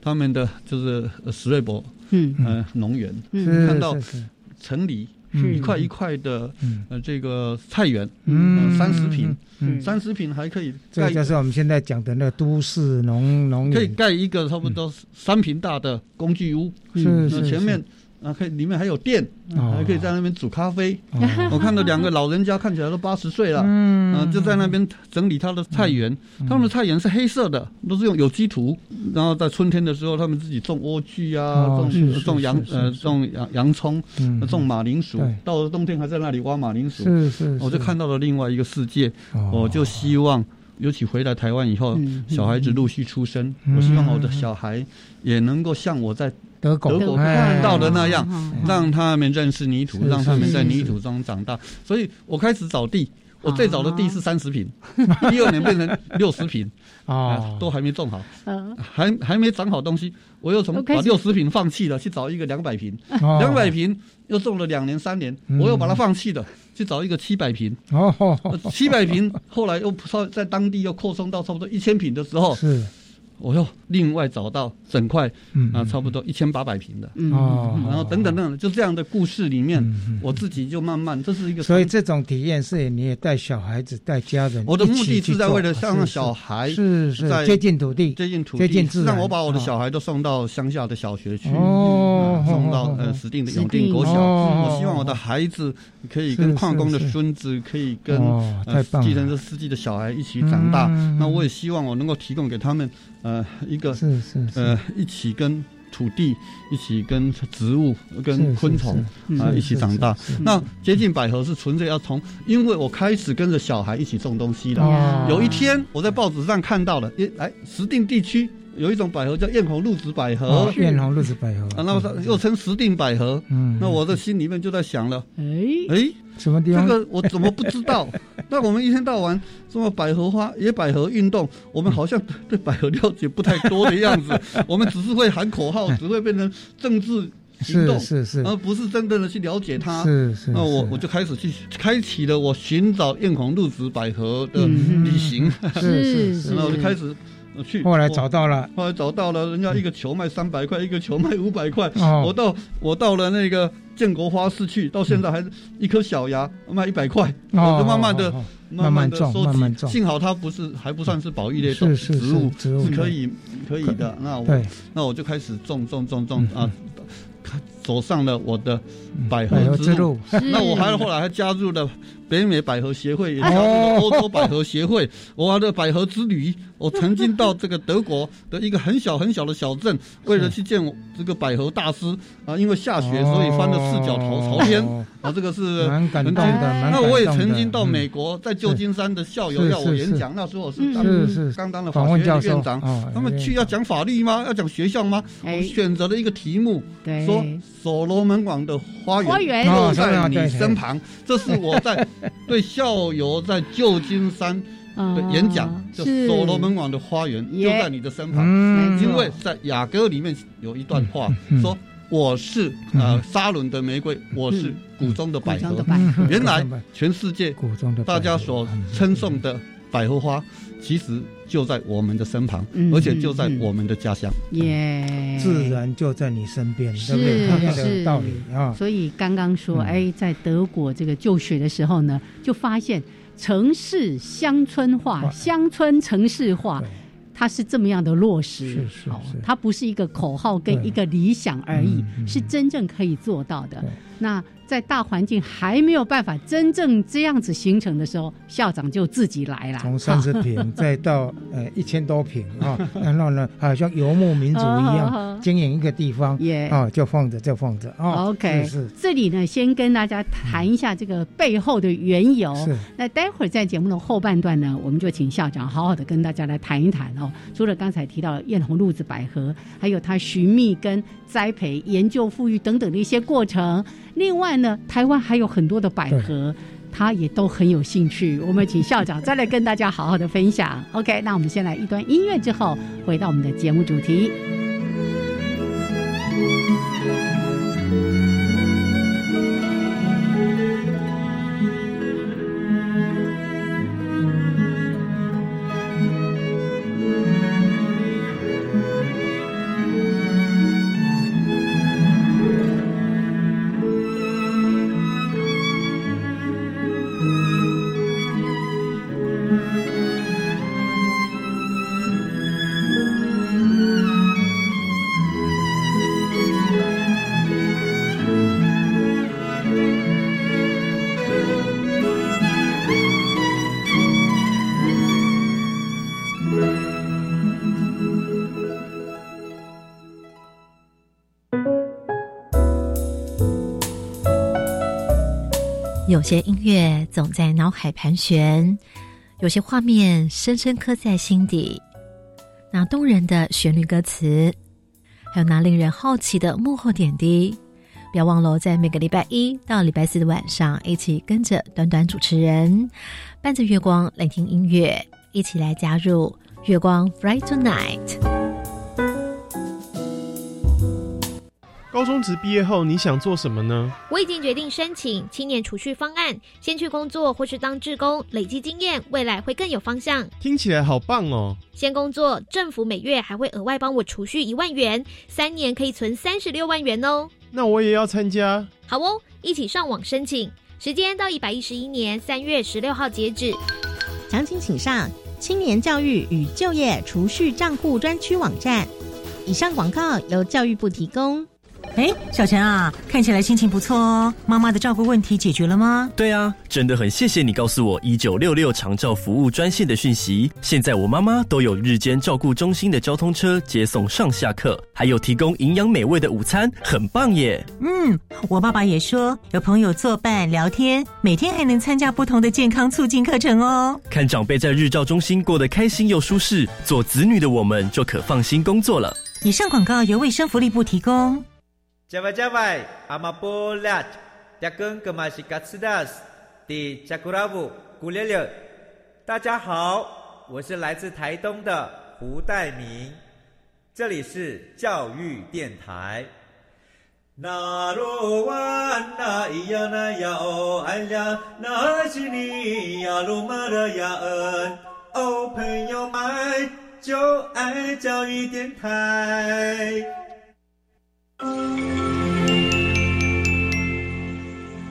Speaker 7: 他们的就是呃史瑞博
Speaker 2: 嗯
Speaker 7: 呃农园，
Speaker 2: 嗯
Speaker 3: 是
Speaker 7: 看到
Speaker 3: 是是
Speaker 7: 城里
Speaker 3: 嗯
Speaker 7: 一块一块的
Speaker 3: 嗯
Speaker 7: 呃这个菜园，呃
Speaker 3: 嗯
Speaker 7: 三十平，
Speaker 3: 嗯，
Speaker 7: 三十平还可以
Speaker 3: 这
Speaker 7: 盖
Speaker 3: 个嗯就是我们现在讲的那个都市农农
Speaker 7: 可以
Speaker 3: 业，
Speaker 7: 盖一个差不多三平大的工具屋，
Speaker 3: 是
Speaker 7: 那
Speaker 3: 是
Speaker 7: 前面啊可以里面还有电，
Speaker 3: 哦
Speaker 7: 还可以在那边煮咖啡。
Speaker 3: 哦
Speaker 7: 我看到两个老人家看起来都八十岁了，
Speaker 3: 嗯
Speaker 7: 嗯，就在那边整理他的菜园。他们的菜园是黑色的，都是用有机土，然后在春天的时候，他们自己种莴苣啊，
Speaker 3: 哦是是
Speaker 7: 种种洋
Speaker 3: 是是
Speaker 7: 呃
Speaker 3: 是
Speaker 7: 种洋洋葱，
Speaker 3: 嗯
Speaker 7: 种马铃薯
Speaker 3: 对，
Speaker 7: 到了冬天还在那里挖马铃薯。
Speaker 3: 是是，
Speaker 7: 我就是看到了另外一个世界，
Speaker 3: 哦
Speaker 7: 我就希望，尤其回来台湾以后
Speaker 2: 嗯，
Speaker 7: 小孩子陆续出生，
Speaker 3: 嗯
Speaker 7: 我希望我的小孩也能够像我在
Speaker 3: 德国
Speaker 7: 德国
Speaker 3: 哎
Speaker 7: 看到的那样，
Speaker 2: 嗯
Speaker 7: 让他们认识泥
Speaker 3: 是
Speaker 7: 土，
Speaker 3: 是
Speaker 7: 让他们在
Speaker 3: 是
Speaker 7: 泥
Speaker 3: 是
Speaker 7: 土中长大。所以我开始找地，我最早的地是
Speaker 2: 啊
Speaker 7: 三十平，第二年变成六十平，
Speaker 3: 哦
Speaker 7: 啊，都还没种好，
Speaker 2: 嗯
Speaker 7: 还还没长好东西，我又从
Speaker 2: 都开始
Speaker 7: 把六十平放弃了，去找一个两百平，
Speaker 3: 哦
Speaker 7: 两百平又种了两年三年，
Speaker 3: 嗯
Speaker 7: 我又把它放弃了，去找一个七百平，呃
Speaker 3: 哦哦哦哦
Speaker 7: 七百平后来又稍微在当地又扩充到差不多一千平的时候，
Speaker 3: 哦是
Speaker 7: 我又另外找到整块
Speaker 3: 嗯
Speaker 7: 啊，差不多一千八百平的，
Speaker 2: 嗯
Speaker 3: 哦
Speaker 7: 然后等等等等，就这样的故事里面
Speaker 3: 嗯嗯，
Speaker 7: 我自己就慢慢，这是一个，
Speaker 3: 所以这种体验是你也带小孩子带家人一起去做，
Speaker 7: 我的目的是在为了
Speaker 3: 是
Speaker 7: 让
Speaker 3: 是
Speaker 7: 小孩
Speaker 3: 是是
Speaker 7: 在
Speaker 3: 接近土地，
Speaker 7: 接近土
Speaker 3: 接近
Speaker 7: 地
Speaker 3: 自，然啊
Speaker 7: 让我把我的小孩都送到乡下的小学去，
Speaker 3: 哦
Speaker 7: 嗯送到
Speaker 3: 哦哦
Speaker 7: 呃
Speaker 3: 哦
Speaker 7: 石碇的
Speaker 2: 石
Speaker 7: 永定
Speaker 2: 碇
Speaker 7: 国小。
Speaker 3: 哦
Speaker 7: 我希望我的孩子可以
Speaker 3: 是
Speaker 7: 跟矿
Speaker 3: 是
Speaker 7: 工的
Speaker 3: 是
Speaker 7: 孙子，可以跟
Speaker 3: 哦太
Speaker 7: 呃
Speaker 3: 棒了
Speaker 7: 计程车司机的小孩一起长大
Speaker 3: 嗯。
Speaker 7: 那我也希望我能够提供给他们呃一个
Speaker 3: 是是是
Speaker 7: 呃一起跟土地、一起跟植物、
Speaker 3: 是
Speaker 7: 跟
Speaker 3: 是
Speaker 7: 昆虫
Speaker 2: 嗯
Speaker 7: 啊
Speaker 3: 是
Speaker 7: 一起长大。
Speaker 3: 是是哦
Speaker 7: 那接近百合是纯粹要从，因为我开始跟着小孩一起种东西了。
Speaker 3: 哦
Speaker 7: 有一天，我在报纸上看到了，诶，哎，石定地区有一种百合叫艳红露子百合，
Speaker 3: 哦
Speaker 7: 啊，
Speaker 3: 艳红露子百合
Speaker 7: 那么它又称石定百合。
Speaker 3: 嗯，
Speaker 7: 那我的心里面就在想了，
Speaker 2: 哎
Speaker 7: 哎，
Speaker 3: 什么地
Speaker 7: 这
Speaker 3: 方？
Speaker 7: 个我怎么不知 道？那我们一天到晚什么百合花、野百合运动，我们好像对对百合了解不太多的样 子。我们只是会喊口号，只会变成政治行
Speaker 3: 是
Speaker 7: 动，
Speaker 3: 是是
Speaker 7: 而不是真正的去了解它。
Speaker 3: 是是，
Speaker 7: 那我
Speaker 3: 嗯是
Speaker 7: 我就开始去开启了我寻找艳红露子百合的
Speaker 2: 嗯
Speaker 7: 旅行，
Speaker 2: 是
Speaker 3: 是是
Speaker 2: 是
Speaker 3: 是，
Speaker 7: 然后我就开始呃去。
Speaker 3: 后来
Speaker 7: 我
Speaker 3: 找到了，
Speaker 7: 后来找到了，人家一个球卖三百块，一个球卖五百块。
Speaker 3: 哦
Speaker 7: 我到我到了那个建国花市去，到现在还是一颗小芽卖一百块，
Speaker 3: 哦
Speaker 7: 我就慢慢的
Speaker 3: 哦哦哦
Speaker 7: 慢
Speaker 3: 慢慢
Speaker 7: 的
Speaker 3: 种
Speaker 7: 收
Speaker 3: 慢慢
Speaker 7: 集。
Speaker 3: 种
Speaker 7: 幸好它不是还不算是保育类
Speaker 3: 是
Speaker 7: 种
Speaker 3: 是
Speaker 7: 植物
Speaker 3: 是，植物
Speaker 7: 是可以可以的。那我
Speaker 3: 对，嗯
Speaker 7: 那我就开始种种种种啊，走上了我的百
Speaker 3: 嗯百合
Speaker 7: 合
Speaker 3: 之
Speaker 7: 之路。
Speaker 3: 路，
Speaker 2: 是
Speaker 7: 那我还后来还加入了北美百合协会，也加入
Speaker 3: 哦
Speaker 7: 了欧洲百合协会。我还的百合之旅，我曾经到这个德国的一个很小很小的小镇，为了去见我这个百合大师啊，因为下雪，所以翻了四脚头朝天
Speaker 3: 哦
Speaker 7: 啊，这个是
Speaker 3: 蛮感动的，
Speaker 7: 很
Speaker 2: 感
Speaker 3: 蛮感
Speaker 7: 那
Speaker 3: 动的
Speaker 7: 我也曾经到美
Speaker 3: 嗯
Speaker 7: 国，在旧金山的校友
Speaker 3: 是
Speaker 7: 要我
Speaker 3: 是
Speaker 7: 演
Speaker 3: 是
Speaker 7: 讲，那时候我是
Speaker 2: 嗯
Speaker 7: 当
Speaker 3: 是是
Speaker 7: 刚当了法
Speaker 3: 访
Speaker 7: 学
Speaker 3: 问教
Speaker 7: 院
Speaker 3: 授
Speaker 7: 院长。
Speaker 3: 哦
Speaker 7: 他们去要讲法律吗？要讲学校吗？
Speaker 2: 哎
Speaker 7: 我选择了一个题目，
Speaker 2: 对
Speaker 7: 说所罗门王的花园
Speaker 2: 花园
Speaker 7: 就在你身旁。这是我在对校友在旧金山的演讲，
Speaker 2: 啊
Speaker 7: 就是所罗门王的花园就
Speaker 2: 耶
Speaker 7: 在你的身旁。
Speaker 3: 嗯
Speaker 2: 没错
Speaker 7: 因为在雅歌里面有一段话
Speaker 3: 嗯嗯
Speaker 7: 说：“我是呃沙伦的玫瑰，我是谷中的百
Speaker 2: 古中
Speaker 7: 合
Speaker 2: 的。百合
Speaker 3: 嗯
Speaker 7: 原来全世界
Speaker 3: 谷中的百
Speaker 7: 大
Speaker 3: 合嗯
Speaker 7: 家所称颂的百合花，其实就在我们的身旁
Speaker 2: 嗯，
Speaker 7: 而且就在我们的家乡。
Speaker 2: 耶，
Speaker 3: 嗯自然就在你身边，对不对？
Speaker 2: 是
Speaker 3: 后面的
Speaker 2: 是
Speaker 3: 道理啊，
Speaker 2: 所以刚刚说，
Speaker 3: 嗯
Speaker 2: 哎，在德国这个就学的时候呢，就发现城市乡村化、
Speaker 3: 哇
Speaker 2: 乡村城市化
Speaker 3: 对，
Speaker 2: 它是这么样的落实。
Speaker 3: 是是
Speaker 2: 好
Speaker 3: 是
Speaker 2: 它不是一个口号跟
Speaker 3: 对
Speaker 2: 一个理想而已
Speaker 3: 嗯，嗯
Speaker 2: 是真正可以做到的
Speaker 3: 对。
Speaker 2: 那在大环境还没有办法真正这样子形成的时候，校长就自己来了。
Speaker 3: 从三十 平再到呃一千多平啊，然后呢，好像游牧民族一
Speaker 2: 哦哦哦
Speaker 3: 样经营一个地方
Speaker 2: 也、
Speaker 3: 啊，就放着就放着啊。
Speaker 2: OK，
Speaker 3: 是
Speaker 2: 这里呢，先跟大家谈一下这个背后的缘由。
Speaker 3: 是是
Speaker 2: 那待会儿在节目的后半段呢，我们就请校长好好的跟大家来谈一谈哦。除了刚才提到的艳红露子百合，还有它寻觅跟栽培、研究、富裕等等的一些过程。另外呢，台湾还有很多的百合。他也都很有兴趣，我们请校长再来跟大家好好的分享。OK，那我们先来一段音乐之后，回到我们的节目主题。
Speaker 8: 有些音乐总在脑海盘旋，有些画面深深刻在心底。那动人的旋律歌词，还有那令人好奇的幕后点滴，不要忘了哦在每个礼拜一到礼拜四的晚上，一起跟着短短主持人，伴着月光聆听音乐，一起来加入月光 Friday Night。
Speaker 9: 高中职毕业后，你想做什么呢？
Speaker 10: 我已经决定申请青年储蓄方案，先去工作或是当志工，累积经验，未来会更有方向。
Speaker 9: 听起来好棒哦！
Speaker 10: 先工作，政府每月还会额外帮我储蓄一万元，三年可以存三十六万元哦。
Speaker 9: 那我也要参加。
Speaker 10: 好哦，一起上网申请，时间到一百一十一年三月十六号截止。
Speaker 11: 详情请上青年教育与就业储蓄账户专区网站。以上广告由教育部提供。
Speaker 12: 哎，小陈啊，看起来心情不错哦。妈妈的照顾问题解决了吗？
Speaker 13: 对啊，真的很谢谢你告诉我一九六六长照服务专线的讯息。现在我妈妈都有日间照顾中心的交通车接送上下课，还有提供营养美味的午餐，很棒耶！
Speaker 12: 嗯，我爸爸也说有朋友作伴聊天，每天还能参加不同的健康促进课程哦。
Speaker 13: 看长辈在日照中心过得开心又舒适，做子女的我们就可放心工作了。
Speaker 12: 以上广告由卫生福利部提供。
Speaker 14: Java Java, Amapolat, Dakun Kamashikatsidas, Di Chakuravu, Gulele。大家好，我是来自台东的胡代明，这里是教育电台。那罗哇那咿呀那呀哦哎呀，那是你呀鲁玛的呀恩哦，朋友们就爱教育电台。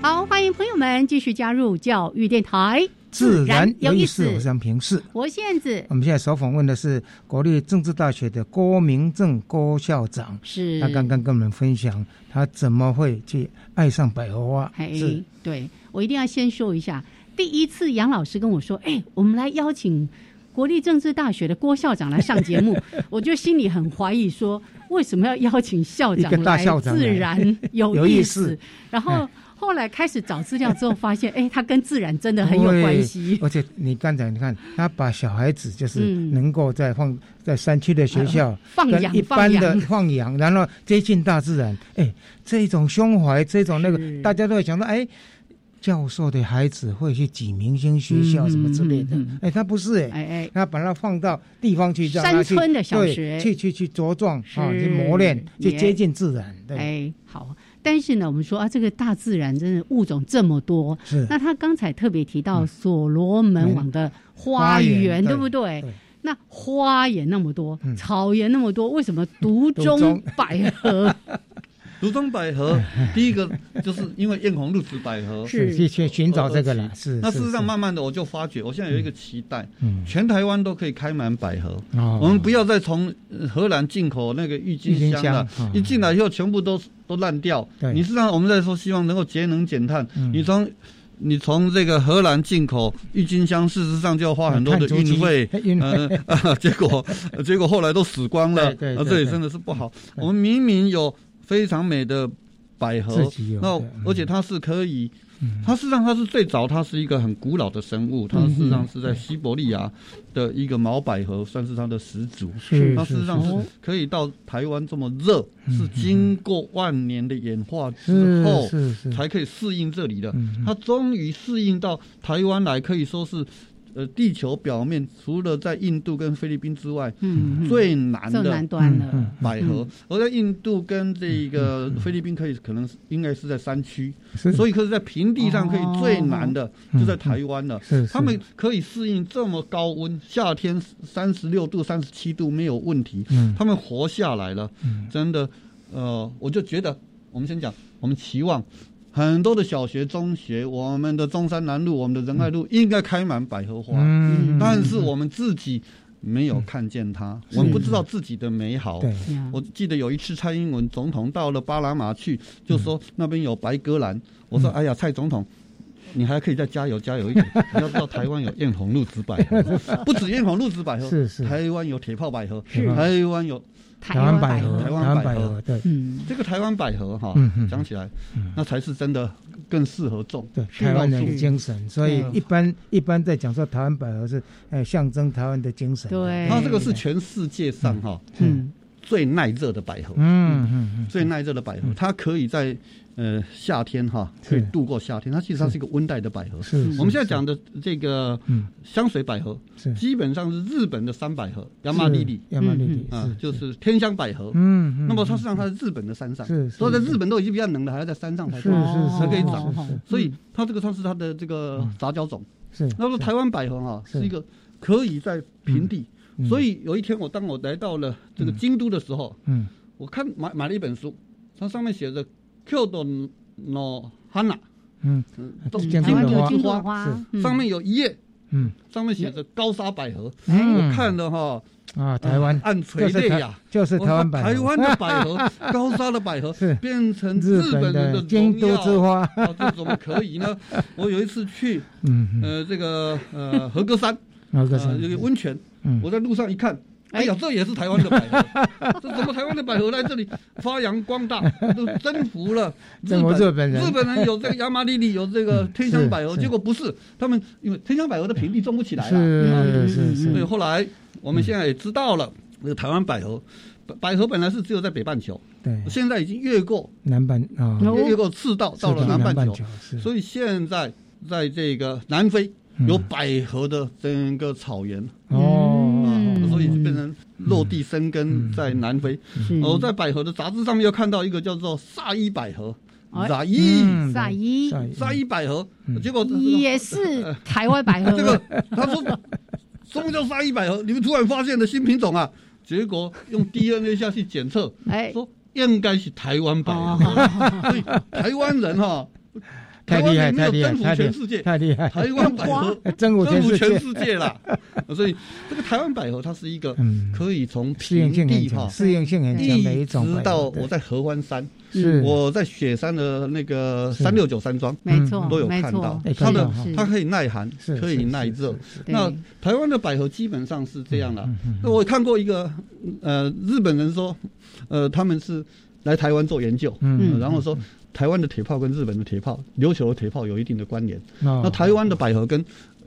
Speaker 2: 好，欢迎朋友们继续加入教育电台，
Speaker 3: 自然有意思，我是杨平是。
Speaker 2: 我现在
Speaker 3: 我们现在所访问的是国立政治大学的郭明正郭校长，
Speaker 2: 是
Speaker 3: 他刚刚跟我们分享他怎么会去爱上百合花，是
Speaker 2: 嘿，对我一定要先说一下，第一次杨老师跟我说，哎，我们来邀请国立政治大学的郭校长来上节 目，我就心里很怀疑说，为什么要邀请校长
Speaker 3: 一个大
Speaker 2: 来？
Speaker 3: 校长来
Speaker 2: 自然有
Speaker 3: 有意
Speaker 2: 意
Speaker 3: 思
Speaker 2: 思。 然后
Speaker 3: 哎
Speaker 2: 后来开始找资料之后，发现，哎，他跟自然真的很有关系
Speaker 3: 对。而且你刚才你看，他把小孩子就是
Speaker 2: 嗯
Speaker 3: 能够在放在山区的学校、
Speaker 2: 放
Speaker 3: 跟
Speaker 2: 养
Speaker 3: 一般的
Speaker 2: 放养
Speaker 3: 放养，然后接近大自然，哎，这种胸怀，这种那个
Speaker 2: 是，
Speaker 3: 大家都会想到，哎，教授的孩子会去挤明星学校
Speaker 2: 嗯
Speaker 3: 什么之类的
Speaker 2: 嗯嗯，
Speaker 3: 哎，他不是哎。
Speaker 2: 哎哎，
Speaker 3: 他把它放到地方去，让
Speaker 2: 山
Speaker 3: 他去
Speaker 2: 村的小
Speaker 3: 对
Speaker 2: 学
Speaker 3: 去去去茁壮啊，
Speaker 2: 是
Speaker 3: 去磨练，去
Speaker 2: 也
Speaker 3: 接近自然，对，
Speaker 2: 哎，好。但是呢，我们说啊，这个大自然真的物种这么多，
Speaker 3: 是
Speaker 2: 那他刚才特别提到所罗门王的花
Speaker 3: 花
Speaker 2: 园，
Speaker 3: 园
Speaker 2: 对
Speaker 3: 对
Speaker 2: 不对？
Speaker 3: 对
Speaker 2: 那花也那么多，
Speaker 3: 嗯
Speaker 2: 草也那么多，为什么独
Speaker 3: 独
Speaker 2: 中
Speaker 3: 中
Speaker 2: 百合？
Speaker 7: 竹中百合，第一个就是因为艳红露子百合，
Speaker 3: 是去去寻找这个了，是。
Speaker 7: 呃那事实
Speaker 3: 是
Speaker 7: 上，慢慢的我就发觉，我现在有一个期待，
Speaker 3: 嗯
Speaker 7: 全台湾都可以开满百合。
Speaker 3: 哦
Speaker 7: 我们不要再从呃荷兰进口那个郁金香了
Speaker 3: 郁金香，啊嗯
Speaker 7: 一进来以后全部都都烂掉。
Speaker 3: 对
Speaker 7: 你事实上我们在说希望能够节能减碳，
Speaker 3: 嗯
Speaker 7: 你从。你从这个荷兰进口郁金香，事实上就要花很多的
Speaker 3: 碳足迹，
Speaker 7: 运费
Speaker 3: 运费
Speaker 7: 呃 啊，结果结果后来都死光了，
Speaker 3: 对对对
Speaker 7: 啊，这也真的是不好。我们明明有非常美的百合
Speaker 3: 自己有，
Speaker 7: 那
Speaker 3: 对
Speaker 7: 而且它是可以
Speaker 3: 嗯，
Speaker 7: 它事实上它是最早，它是一个很古老的生物，它
Speaker 3: 嗯
Speaker 7: 事实上
Speaker 3: 嗯
Speaker 7: 是在西伯利亚的一个毛百合，算是它的始祖。
Speaker 3: 是
Speaker 7: 它
Speaker 3: 是
Speaker 7: 事实上
Speaker 3: 嗯是
Speaker 7: 是
Speaker 3: 是
Speaker 7: 可以到台湾这么热，是经过万年的演化之
Speaker 3: 嗯是
Speaker 7: 后
Speaker 3: 是是
Speaker 7: 才可以适应这里的
Speaker 3: 嗯。
Speaker 7: 它终于适应到台湾来，可以说是。呃，地球表面除了在印度跟菲律宾之外，
Speaker 2: 嗯嗯
Speaker 7: 最难的
Speaker 2: 最南端了嗯嗯
Speaker 7: 百合
Speaker 2: 嗯，
Speaker 7: 而在印度跟这
Speaker 3: 嗯
Speaker 7: 个菲律宾可以可能是应该是在山区
Speaker 3: 是，
Speaker 7: 所以可是在平地上可以最难的
Speaker 3: 哦
Speaker 7: 就在台湾了
Speaker 3: 嗯是。
Speaker 7: 他们可以适应这么高温，夏天三十六度、三十七度没有问题
Speaker 3: 嗯，
Speaker 7: 他们活下来了
Speaker 3: 嗯。
Speaker 7: 真的，呃，我就觉得我们先讲，我们期望。很多的小学、中学，我们的中山南路、我们的仁爱路应该开满百合花，
Speaker 3: 嗯
Speaker 7: 但是我们自己没有看见它，
Speaker 3: 嗯
Speaker 7: 我们不
Speaker 3: 是
Speaker 7: 知道自己的美好。
Speaker 3: 对
Speaker 7: 我记得有一次蔡英文总统到了巴拿马去，就说
Speaker 3: 嗯
Speaker 7: 那边有白鸽兰，我说哎呀，蔡总统。你还可以再加油 加油一点，你要知道台湾有艳红露子百合，不止艳红露子百合，
Speaker 3: 是是
Speaker 7: 台湾有铁炮百合，
Speaker 3: 是
Speaker 7: 台湾有
Speaker 3: 台湾百合
Speaker 7: 台
Speaker 3: 台
Speaker 7: 湾
Speaker 3: 湾
Speaker 7: 百
Speaker 3: 百
Speaker 7: 合
Speaker 3: 合，对
Speaker 2: 嗯
Speaker 7: 这个台湾百合哈
Speaker 3: 嗯嗯，
Speaker 7: 讲起来那才是真的更适合种，
Speaker 3: 对台湾人的精神，所以
Speaker 7: 嗯
Speaker 3: 一般一般在讲说台湾百合是呃象征台湾的精神。啊
Speaker 2: 对
Speaker 7: 它这个是
Speaker 3: 哎
Speaker 7: 全世界上哈，
Speaker 2: 嗯，
Speaker 7: 最耐热的百合，
Speaker 3: 嗯嗯嗯，
Speaker 7: 最耐热的百合，它可以在呃夏天哈，
Speaker 3: 是
Speaker 7: 可以度过夏天。它其实它是一个温带的百合。
Speaker 3: 是是
Speaker 7: 我们现在讲的这个
Speaker 3: 嗯
Speaker 7: 香水百合
Speaker 3: 是，
Speaker 7: 基本上是日本的山百合，亚麻里里，
Speaker 3: 亚麻里里
Speaker 7: 啊
Speaker 3: 是，
Speaker 7: 就是天香百合。
Speaker 3: 嗯嗯
Speaker 7: 那么它实际上它是日本的山上，
Speaker 3: 是是
Speaker 7: 所以在日本都已经比较冷了，还要在山上才
Speaker 3: 是是是
Speaker 7: 才可以
Speaker 3: 是
Speaker 7: 长
Speaker 3: 是是。
Speaker 7: 所以它这个算是它的这个杂交种。
Speaker 3: 是
Speaker 7: 那么台湾百合哈
Speaker 3: 是
Speaker 7: 是一个可以在平地
Speaker 3: 嗯嗯，
Speaker 7: 所以有一天我当我来到了这个京都的时候，
Speaker 3: 嗯
Speaker 7: 我看买买了一本书，它上面写着 Kyoto no Hana，
Speaker 3: 嗯
Speaker 7: 嗯
Speaker 3: 都是台湾有京都的花是
Speaker 7: 上面有一页，
Speaker 3: 嗯，
Speaker 7: 上面写着高沙百合，
Speaker 3: 嗯
Speaker 7: 哎我看了哈。呃
Speaker 3: 啊，台湾
Speaker 7: 暗垂泪呀，
Speaker 3: 就是台就是台湾百合，
Speaker 7: 台湾的百 合，高沙的百合
Speaker 3: 是
Speaker 7: 变成
Speaker 3: 日
Speaker 7: 日
Speaker 3: 本
Speaker 7: 本人
Speaker 3: 的
Speaker 7: 的
Speaker 3: 京都
Speaker 7: 荣耀
Speaker 3: 之花
Speaker 7: 哦这怎么可以 呢？我有一次去，
Speaker 3: 嗯
Speaker 7: 呃，这个呃和歌山，
Speaker 3: 和歌山
Speaker 7: 呃有个温泉
Speaker 3: 嗯，
Speaker 7: 我在路上一看。哎呀，这也是台湾的百 合，这怎么台湾的百合来这里发扬光大，都征服了
Speaker 3: 征服
Speaker 7: 日
Speaker 3: 日本人
Speaker 7: 日本人有这个亚麻里里，有这个天香百合，
Speaker 3: 是
Speaker 7: 结果不是他们，因为天香百合的平地种不起来了，嗯
Speaker 3: 是是
Speaker 7: 所以
Speaker 3: 是，
Speaker 7: 后来我们现在也知道了，那个台湾百合，百百合本来是只有在北半球，
Speaker 3: 对，
Speaker 7: 现在已经越过
Speaker 3: 南半啊，
Speaker 7: 越越过赤道到了
Speaker 3: 赤道
Speaker 7: 南
Speaker 3: 南
Speaker 7: 半
Speaker 3: 半
Speaker 7: 球
Speaker 3: 球是，
Speaker 7: 所以现在在这个南非
Speaker 3: 嗯
Speaker 7: 有百合的整个草原。
Speaker 3: 哦，
Speaker 7: 啊，所以就变成落地生
Speaker 3: 嗯
Speaker 7: 根在南非。我在百合的杂志上面又看到一个叫做萨伊百合，
Speaker 2: 哎
Speaker 7: 萨伊
Speaker 2: 嗯萨伊萨伊
Speaker 7: 萨伊百合，
Speaker 3: 嗯
Speaker 7: 结果哎
Speaker 2: 也是台湾百合。
Speaker 7: 这个他说什么叫杀一百合？你们突然发现的新品种啊！结果用 DNA 下去检测，
Speaker 2: 哎
Speaker 7: 说应该是台湾百合，所以台湾人哈、
Speaker 3: 啊太
Speaker 7: 台湾
Speaker 3: 厉害
Speaker 7: 人没
Speaker 3: 太
Speaker 7: 有
Speaker 3: 厉害
Speaker 7: 征服全世
Speaker 3: 太厉害
Speaker 7: 界，
Speaker 3: 太厉害
Speaker 7: 台湾百合
Speaker 3: 哇征服全世界
Speaker 7: 全世界啦。所以这个台湾百合它是一个
Speaker 3: 嗯
Speaker 7: 可以从
Speaker 3: 适应
Speaker 7: 平
Speaker 3: 性很
Speaker 7: 地哈
Speaker 3: 强，，适应性很强的一
Speaker 7: 一
Speaker 3: 种百合
Speaker 7: 直到我
Speaker 3: 对
Speaker 7: 在合欢山，
Speaker 3: 是
Speaker 7: 我在雪山的那个
Speaker 3: 是
Speaker 7: 三六九山庄，
Speaker 3: 没错
Speaker 7: 都有
Speaker 3: 没
Speaker 7: 看
Speaker 3: 错
Speaker 7: 到
Speaker 3: 哎
Speaker 7: 它的
Speaker 3: 是是
Speaker 7: 它可以耐寒
Speaker 3: 是，
Speaker 7: 可
Speaker 3: 是
Speaker 7: 以
Speaker 3: 是
Speaker 7: 耐热。
Speaker 3: 对
Speaker 7: 那台湾的百合基本上是这样了。
Speaker 3: 嗯
Speaker 7: 那我看过一个呃日本人说，呃他们是来台湾做研究，
Speaker 3: 嗯
Speaker 7: 呃然后说。台湾的铁炮跟日本的铁炮、琉球的铁炮有一定的关联，
Speaker 3: 哦
Speaker 7: 那台湾的百合跟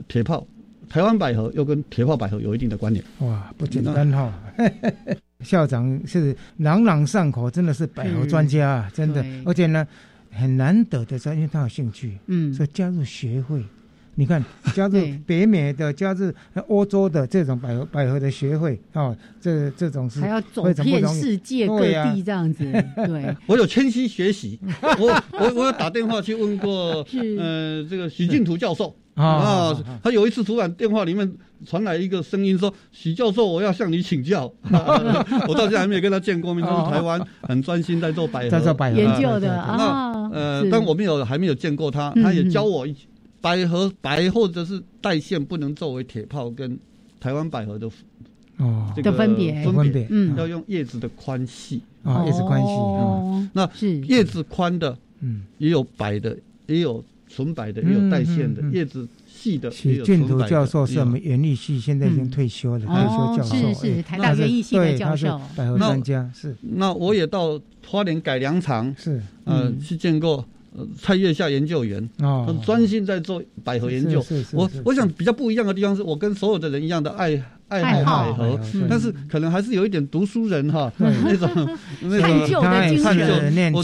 Speaker 7: 铁炮，台湾百合又跟铁炮百合有一定的关联。
Speaker 3: 哇，不简单哈、 校长是朗朗上口，真的是百合专家
Speaker 7: 嗯
Speaker 3: 啊，真的
Speaker 2: 对，
Speaker 3: 而且呢，很难得的是，因为他有兴趣，
Speaker 2: 嗯
Speaker 3: 所以加入学会。你 看，加入北美的、加入欧洲的这种百合百合的学会啊、哦，这这种是
Speaker 2: 还要走遍世界各地这样子。对、啊，
Speaker 7: 我有谦虚学习，我我我有打电话去问过，
Speaker 2: 嗯
Speaker 7: 呃，这个徐静图教授。啊、哦，他有一次突然电话里面传来一个声音说：“许教授，我要向你请教。 啊”我到现在还没有跟他见过面，就是台湾很专心 在做百合
Speaker 2: 研究的啊。
Speaker 7: 呃，但我没有还没有见过他，他也教我一百合白或者是带线不能作为铁炮跟台湾百合的
Speaker 3: 哦
Speaker 7: 这个分
Speaker 2: 别
Speaker 7: 分
Speaker 3: 别，
Speaker 7: 嗯，要用叶子的宽细
Speaker 2: 哦
Speaker 3: 啊，叶子宽细啊，
Speaker 7: 那叶子宽的，嗯，也有白的，也有。纯白
Speaker 3: 嗯
Speaker 7: 的也有带线的，叶子细的嗯也有
Speaker 3: 俊图教授是我们园艺系现在已经退休了，退休教
Speaker 2: 嗯
Speaker 3: 授
Speaker 2: 哦
Speaker 3: 哎
Speaker 2: 是是台大园艺系的教授，
Speaker 3: 百合专家是。
Speaker 7: 那我也到花莲改良场
Speaker 3: 是，
Speaker 7: 呃，
Speaker 3: 嗯
Speaker 7: 去见过呃蔡月下研究员，
Speaker 3: 哦
Speaker 7: 他专心在做百合研究。我我想比较不一样的地方是我跟所有的人一样的爱。爱好百
Speaker 3: 哎
Speaker 7: 合，
Speaker 2: 嗯
Speaker 7: 但是可能还是有一点读书人哈那种 那
Speaker 2: 种探究
Speaker 7: 的精神。我我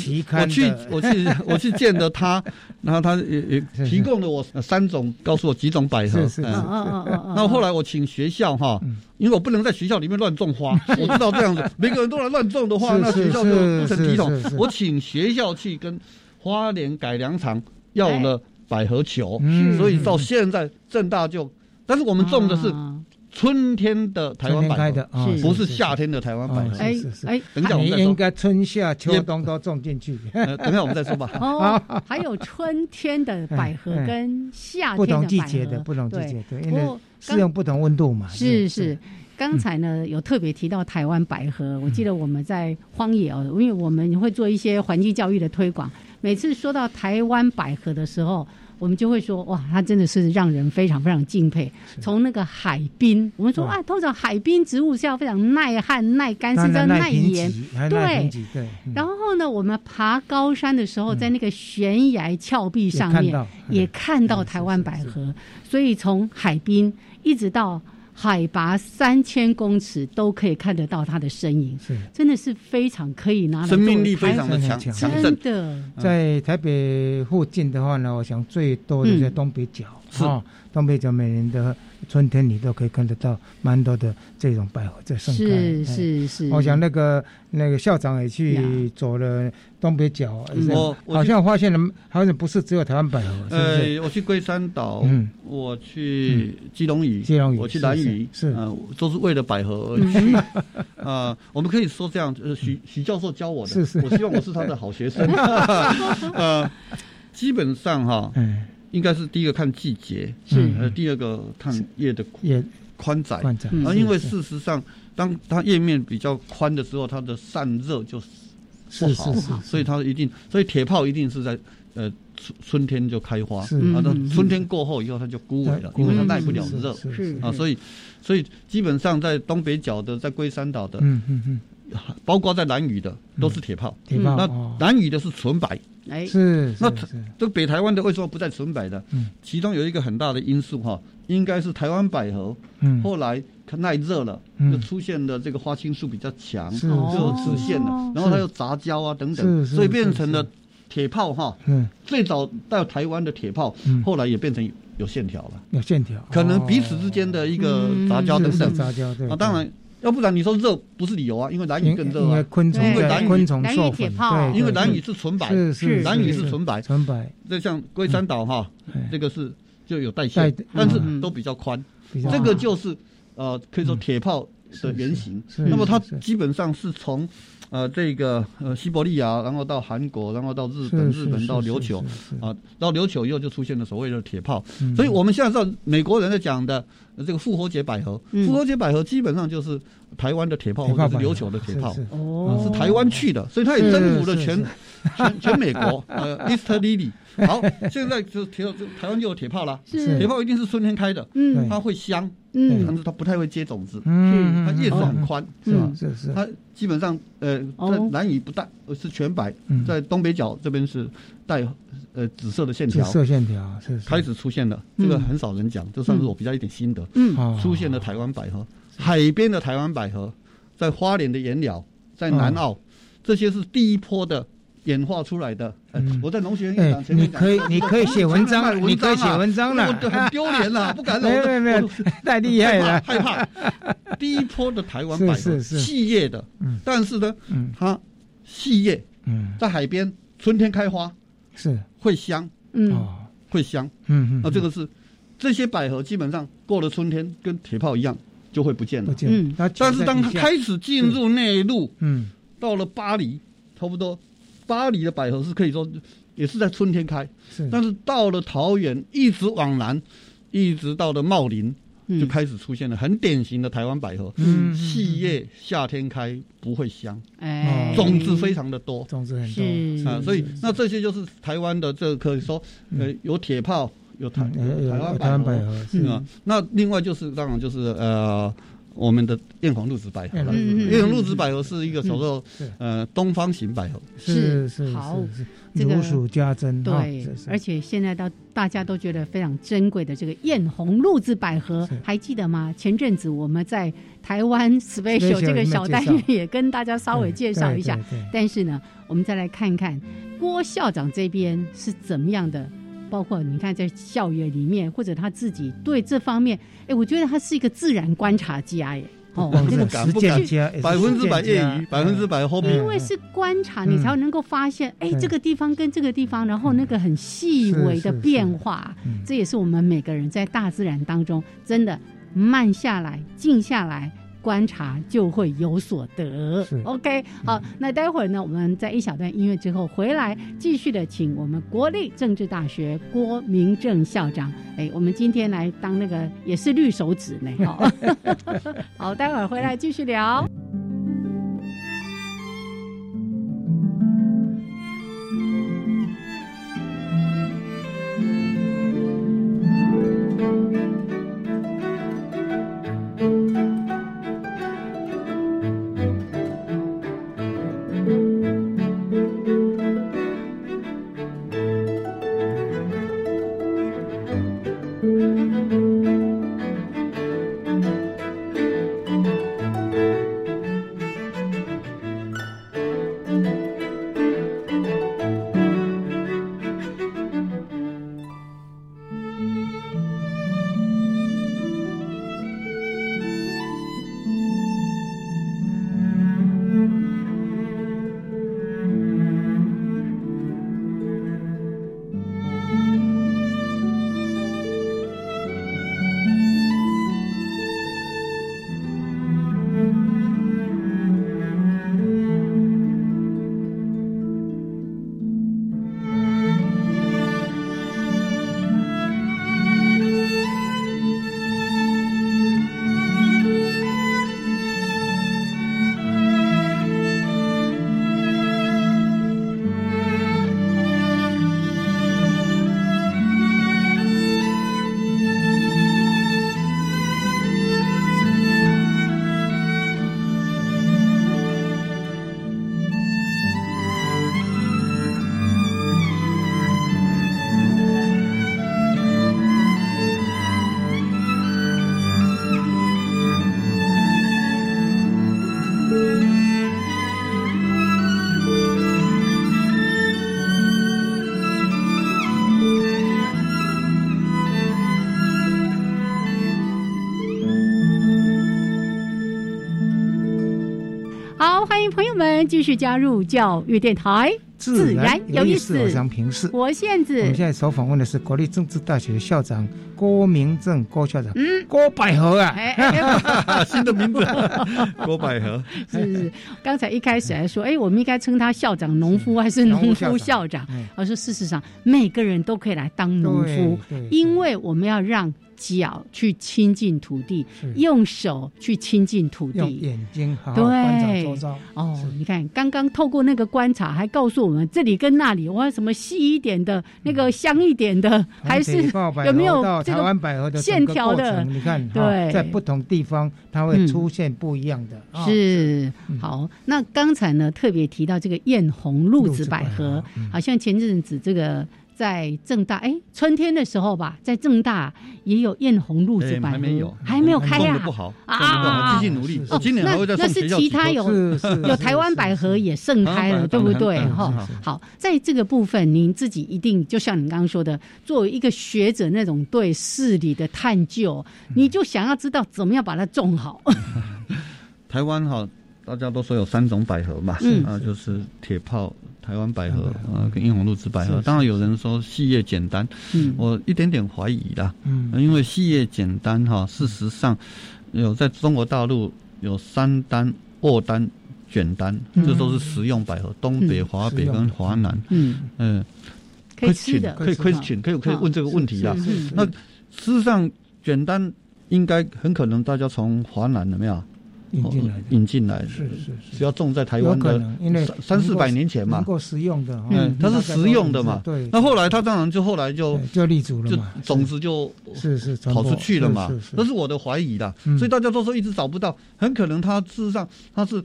Speaker 7: 去我去 我去见的他，然后他也也提供了我三种，告诉我几种嗯百合。
Speaker 3: 是是嗯是。
Speaker 2: 嗯
Speaker 7: 那后来我请学校哈，因为我不能在学校里面乱种花， 我知道这样子，每个人都来乱种的话，那学校就不成体统。我请学校去跟花莲改良场要了百合球，
Speaker 3: 嗯
Speaker 7: 所以到现在正大就，但是我们种的是。啊
Speaker 2: 啊
Speaker 7: 春天的台湾百合，不是哦夏天的台湾百合。
Speaker 3: 哎
Speaker 2: 哎，
Speaker 7: 等一下我们呃
Speaker 3: 应该春夏秋冬都种 进去。
Speaker 7: 等一下我们再 说吧。
Speaker 2: 哦，还有春天的百合跟啊夏天的
Speaker 3: 哎不同季节的不同季节对，因为适用不同温度嘛。
Speaker 2: 啊是嗯是，刚才呢有特别提到台湾百合，我记得我们在荒野哦，因为我们会做一些环境教育的推广，每次说到台湾百合的时候。我们就会说，哇，它真的是让人非常非常敬佩。从那个海滨，我们说啊，通常海滨植物是要非常耐旱、耐干，甚至耐嗯盐。
Speaker 3: 对嗯
Speaker 2: 对。然后呢，我们爬高山的时候，在那个悬崖峭壁上面
Speaker 3: 嗯
Speaker 2: 也看到台湾百合，所以从海滨一直到海拔三千公尺都可以看得到嗯它的身影。
Speaker 3: 是，
Speaker 2: 真的是非常可以拿来
Speaker 7: 生命力非常的强，
Speaker 2: 真的。
Speaker 3: 在台北附近的话呢，我想最多的在东北角啊，东北角每年的春天你都可以看得到蛮多的这种百合在盛开。哎
Speaker 2: 是是是，
Speaker 3: 我想那个那个校长也去走了东北角，
Speaker 2: 嗯
Speaker 3: 我好像发现了，好像不是只有台湾百合。
Speaker 7: 呃，我去龟山岛，我去基隆屿，
Speaker 3: 嗯基隆屿，
Speaker 7: 我去南屿，呃
Speaker 3: 是嗯啊，
Speaker 7: 都是为了百合而去。 啊，我们可以说这样，呃，
Speaker 3: 嗯
Speaker 7: 徐徐教授教我的，我希望我是他的好学 生。 呃，基本上哈，
Speaker 3: 嗯哎
Speaker 7: 应该是第一个看季节，
Speaker 2: 是
Speaker 7: 呃，第二个看叶的
Speaker 3: 叶
Speaker 7: 宽窄，
Speaker 3: 嗯宽窄
Speaker 7: 啊，因为事实上，当它叶面比较宽的时候，它的散热就不好，所以它一定，所以铁炮一定是在呃春春天就开花，啊，那春天过后以后它就枯萎了，因
Speaker 3: 嗯
Speaker 7: 为它耐不了热，啊，所以所以基本上在东北角的，在龟山岛的，
Speaker 3: 嗯嗯嗯。
Speaker 7: 包括在南屿的都是铁炮，
Speaker 3: 铁炮。
Speaker 7: 嗯那哦南屿的是纯白，
Speaker 2: 哎，
Speaker 3: 嗯哦是。
Speaker 7: 那这北台湾的为什么不在纯白的？其中有一个很大的因素哈，应该是台湾百合，后来它耐热了，就出现了这个花青素比较强，就出现了，然后它又杂交啊等等，所以变成了铁炮哈。
Speaker 3: 嗯
Speaker 7: 最早到台湾的铁炮，后来也变成有线条了，
Speaker 3: 有线条，哦
Speaker 7: 可能彼此之间的一个杂交等等
Speaker 3: 杂交对。
Speaker 7: 啊，当然。要不然你说热不是理由啊，因为蓝雨更热
Speaker 3: 啊，昆虫
Speaker 7: 因为
Speaker 3: 蓝昆虫受
Speaker 2: 粉，
Speaker 7: 因为蓝雨是纯白，
Speaker 3: 是
Speaker 7: 蓝雨是纯白，
Speaker 3: 纯白。哎
Speaker 7: 这像龟山岛哈，这个是就有嗯带嗯线，但是都比较宽，这个就是呃可以说铁炮的原型。那么它基本上是从呃这个呃西伯利亚，然后到韩国，然后到日本，日本到琉球啊，到琉球以后就出现了所谓的铁炮。
Speaker 3: 嗯
Speaker 7: 所以我们现在知道美国人在讲的。这个复活节百合，复活节百合基本上就是台湾嗯的铁炮或者是琉球的铁炮，
Speaker 2: 哦，
Speaker 7: 是台湾去的，所以它也征服了全全全美国。 呃，Easter Lily，好，现在就铁台湾就有铁炮了，铁炮一定是春天开的，
Speaker 2: 嗯，
Speaker 7: 它会香，
Speaker 2: 嗯，
Speaker 7: 但是它不太会结种子，
Speaker 3: 嗯，
Speaker 7: 它叶子很宽，
Speaker 3: 是吧？是是，
Speaker 7: 它基本上呃
Speaker 3: 哦
Speaker 7: 在南屿不带是全白，
Speaker 3: 嗯
Speaker 7: 在东北角这边是带。呃，紫色的线条，
Speaker 3: 紫色线条嗯是
Speaker 7: 开始出现了，这个很少人讲，这算是我比较一点心得。
Speaker 2: 嗯，
Speaker 3: 哦
Speaker 7: 出现了台湾百合，海边的
Speaker 3: 哦
Speaker 7: 台湾百合，在花莲的岩寮，在南澳，这些是第一波的演化出来的。呃
Speaker 3: 嗯
Speaker 7: 我在农学院院
Speaker 3: 哎
Speaker 7: 长，前
Speaker 3: 你
Speaker 7: 面讲
Speaker 3: 可以，你可以写文章
Speaker 7: 我常常卖
Speaker 3: 了，你可以写文章了
Speaker 7: 啊，我很丢脸了，不敢了。
Speaker 3: 没
Speaker 7: 我
Speaker 3: 有
Speaker 7: 都
Speaker 3: 没有没有， 太厉害了，
Speaker 7: 害怕害 怕。第一波的台湾百合
Speaker 3: 是是是
Speaker 7: 细叶的，
Speaker 3: 嗯
Speaker 7: 但是呢，它细叶
Speaker 3: 嗯
Speaker 7: 在海边春天开花
Speaker 3: 是
Speaker 7: 会香，
Speaker 2: 嗯
Speaker 3: 哦
Speaker 7: 会香。
Speaker 3: 嗯嗯，
Speaker 7: 啊那这个是这些百合基本上过了春天跟铁炮一样就会不见了
Speaker 3: 不。见了嗯它
Speaker 7: 但是当它
Speaker 3: 潜在地下
Speaker 7: 开始进入内陆，
Speaker 3: 嗯
Speaker 7: 到了巴黎，差不多巴黎的百合是可以说也是在春天开，
Speaker 3: 是
Speaker 7: 但是到了桃园一直往南，一直到了茂林。
Speaker 2: 嗯
Speaker 7: 就开始出现了很典型的台湾百合，
Speaker 3: 嗯
Speaker 7: 细叶夏天开不会香，
Speaker 2: 哎嗯
Speaker 7: 种子非常的多，
Speaker 3: 种子很多
Speaker 2: 是
Speaker 7: 啊，所以那这些就是台湾的这个可以说，呃，有铁炮，有台
Speaker 3: 嗯有
Speaker 7: 有台湾
Speaker 3: 有台湾
Speaker 7: 百
Speaker 3: 百
Speaker 7: 合，
Speaker 3: 合
Speaker 2: 嗯
Speaker 3: 是
Speaker 7: 啊。那另外就是当然就是呃，我们的艳红露子百合了，
Speaker 3: 嗯嗯嗯
Speaker 7: 艳红露子百合是一个叫做
Speaker 3: 嗯
Speaker 7: 呃东方型百合，
Speaker 3: 是是
Speaker 2: 好
Speaker 3: 是是，
Speaker 2: 这个
Speaker 3: 如数家珍，哈
Speaker 2: 对
Speaker 3: 嗯是，是
Speaker 2: 而且现在到大家都觉得非常珍贵的这个艳红露子百合，还记得吗？前阵子我们在台湾 special
Speaker 3: Special
Speaker 2: 这个小单
Speaker 3: 里面
Speaker 2: 元
Speaker 3: 介绍
Speaker 2: 也跟大家稍微介绍一下
Speaker 3: 对对对。
Speaker 2: 但是呢，我们再来看看郭校长这边是怎么样的。包括你看，在校园里面，或者他自己对这方面，哎，我觉得他是一个自然观察家耶。哦，
Speaker 3: 不
Speaker 2: 这
Speaker 3: 是
Speaker 2: 个
Speaker 3: 敢
Speaker 7: 实
Speaker 3: 不
Speaker 7: 践
Speaker 3: 敢加哎也是
Speaker 7: 百分之百
Speaker 3: 实践
Speaker 7: 业
Speaker 3: 家
Speaker 7: 余，百分之百 hobby，
Speaker 2: 因为是观察，
Speaker 3: 嗯
Speaker 2: 你才能够发现，哎、这个地方跟这个地方，然后那个很细微的变化，这也是我们每个人在大自然当中真的慢下来、静下来。观察就会有所得
Speaker 3: 是。嗯
Speaker 2: OK，好，那待会儿呢，我们在一小段音乐之后回来，继续的请我们国立政治大学郭明正校长。哎，我们今天来当那个也是绿手指呢。 好，好，待会儿回来继续聊。好，欢迎朋友们继续加入教育电台，
Speaker 3: 自然有
Speaker 2: 意
Speaker 3: 意思我想平视
Speaker 2: 我限
Speaker 3: 我
Speaker 2: 制
Speaker 3: 们，现在所访问的是国立政治大学校长郭明正郭校长，
Speaker 2: 嗯，
Speaker 3: 郭百合啊，
Speaker 2: 哎哎
Speaker 7: 新的名字郭百合，
Speaker 2: 是 是，刚才一开始还说，哎，我们应该称他校长、农夫 还是农夫校长？
Speaker 3: 哎
Speaker 2: 而说事实上，每个人都可以来当农夫
Speaker 3: 对对，
Speaker 2: 因为我们要让脚去亲近土地，用手去亲近土
Speaker 3: 用
Speaker 2: 地，
Speaker 3: 眼睛好好
Speaker 2: 对，
Speaker 3: 观察周遭，
Speaker 2: 哦，你看，刚刚透过那个观察，还告诉我们这里跟那里，哇，什么细一点的，那个香一点的，还是
Speaker 3: 从铁炮百合
Speaker 2: 有没有
Speaker 3: 到
Speaker 2: 这
Speaker 3: 台湾百合
Speaker 2: 个
Speaker 3: 的
Speaker 2: 线
Speaker 3: 整个
Speaker 2: 条
Speaker 3: 过
Speaker 2: 的？
Speaker 3: 程你看，哈
Speaker 2: 对，
Speaker 3: 在不同地方它
Speaker 2: 嗯
Speaker 3: 会出现不一样的，啊
Speaker 2: 是好，那刚才呢特别提到这个艳红露子百合，好像前阵子这个在正大，哎，春天的时候吧，在正大也有艳红露子
Speaker 7: 哎
Speaker 2: 百合，
Speaker 7: 还没有
Speaker 2: 还没有开
Speaker 7: 种
Speaker 2: 啊
Speaker 7: 得，不好，
Speaker 2: 啊
Speaker 7: 种得不好，继续努力。我今年还会再
Speaker 2: 那那
Speaker 7: 送
Speaker 2: 是
Speaker 7: 学校
Speaker 2: 其
Speaker 7: 几
Speaker 2: 他
Speaker 7: 棵
Speaker 2: 有
Speaker 7: 是是
Speaker 2: 有
Speaker 7: 是
Speaker 2: 台湾百合也盛开了，对
Speaker 7: 当然
Speaker 2: 不对？
Speaker 7: 啊当然
Speaker 2: 哈
Speaker 7: 是是，
Speaker 2: 好，在这个部分，您自己一定就像你刚刚说的，作为一个学者那种对事理的探究，
Speaker 7: 嗯
Speaker 2: 你就想要知道怎么样把它种好。
Speaker 7: 台湾哈，大家都说有三种百合嘛，
Speaker 2: 嗯
Speaker 7: 啊，就是铁炮、台湾百合
Speaker 3: 嗯
Speaker 7: 啊，跟英红露子百
Speaker 3: 是
Speaker 7: 合。
Speaker 3: 是
Speaker 7: 当然有人说细叶简单，
Speaker 3: 嗯
Speaker 7: 我一点点怀疑啦，
Speaker 3: 嗯
Speaker 7: 因为细叶简单哈，事实上有在中国大陆有三单、二单、卷单，
Speaker 2: 嗯
Speaker 7: 这都是食用百合，东北、
Speaker 2: 嗯
Speaker 7: 华
Speaker 2: 食
Speaker 7: 北
Speaker 2: 用
Speaker 7: 跟华南，
Speaker 2: 嗯
Speaker 7: 嗯，
Speaker 2: 可以吃的
Speaker 7: 可以
Speaker 2: 可以吃的
Speaker 7: question，可以可以
Speaker 2: 嗯
Speaker 7: 问这个问题啦
Speaker 2: 是是是。
Speaker 7: 那事实上，简单应该很可能大家从华南有没有
Speaker 3: 引进来的
Speaker 7: 哦引进来的？
Speaker 3: 是是是
Speaker 7: 只要种在台
Speaker 3: 有
Speaker 7: 湾
Speaker 3: 可
Speaker 7: 的
Speaker 3: 能，因为
Speaker 7: 三三四百年前嘛
Speaker 3: 能，够食用的，哦
Speaker 7: 嗯，它是食用的嘛。
Speaker 3: 对，
Speaker 7: 那后来它当然就后来就
Speaker 3: 就立足了
Speaker 7: 就
Speaker 3: 嘛，
Speaker 7: 种子就是
Speaker 3: 是传
Speaker 7: 跑
Speaker 3: 播
Speaker 7: 出去了嘛
Speaker 3: 是是。是
Speaker 7: 那是我的怀疑啦
Speaker 3: 嗯。
Speaker 7: 所以大家都说一直找不到，很可能它事实上它是。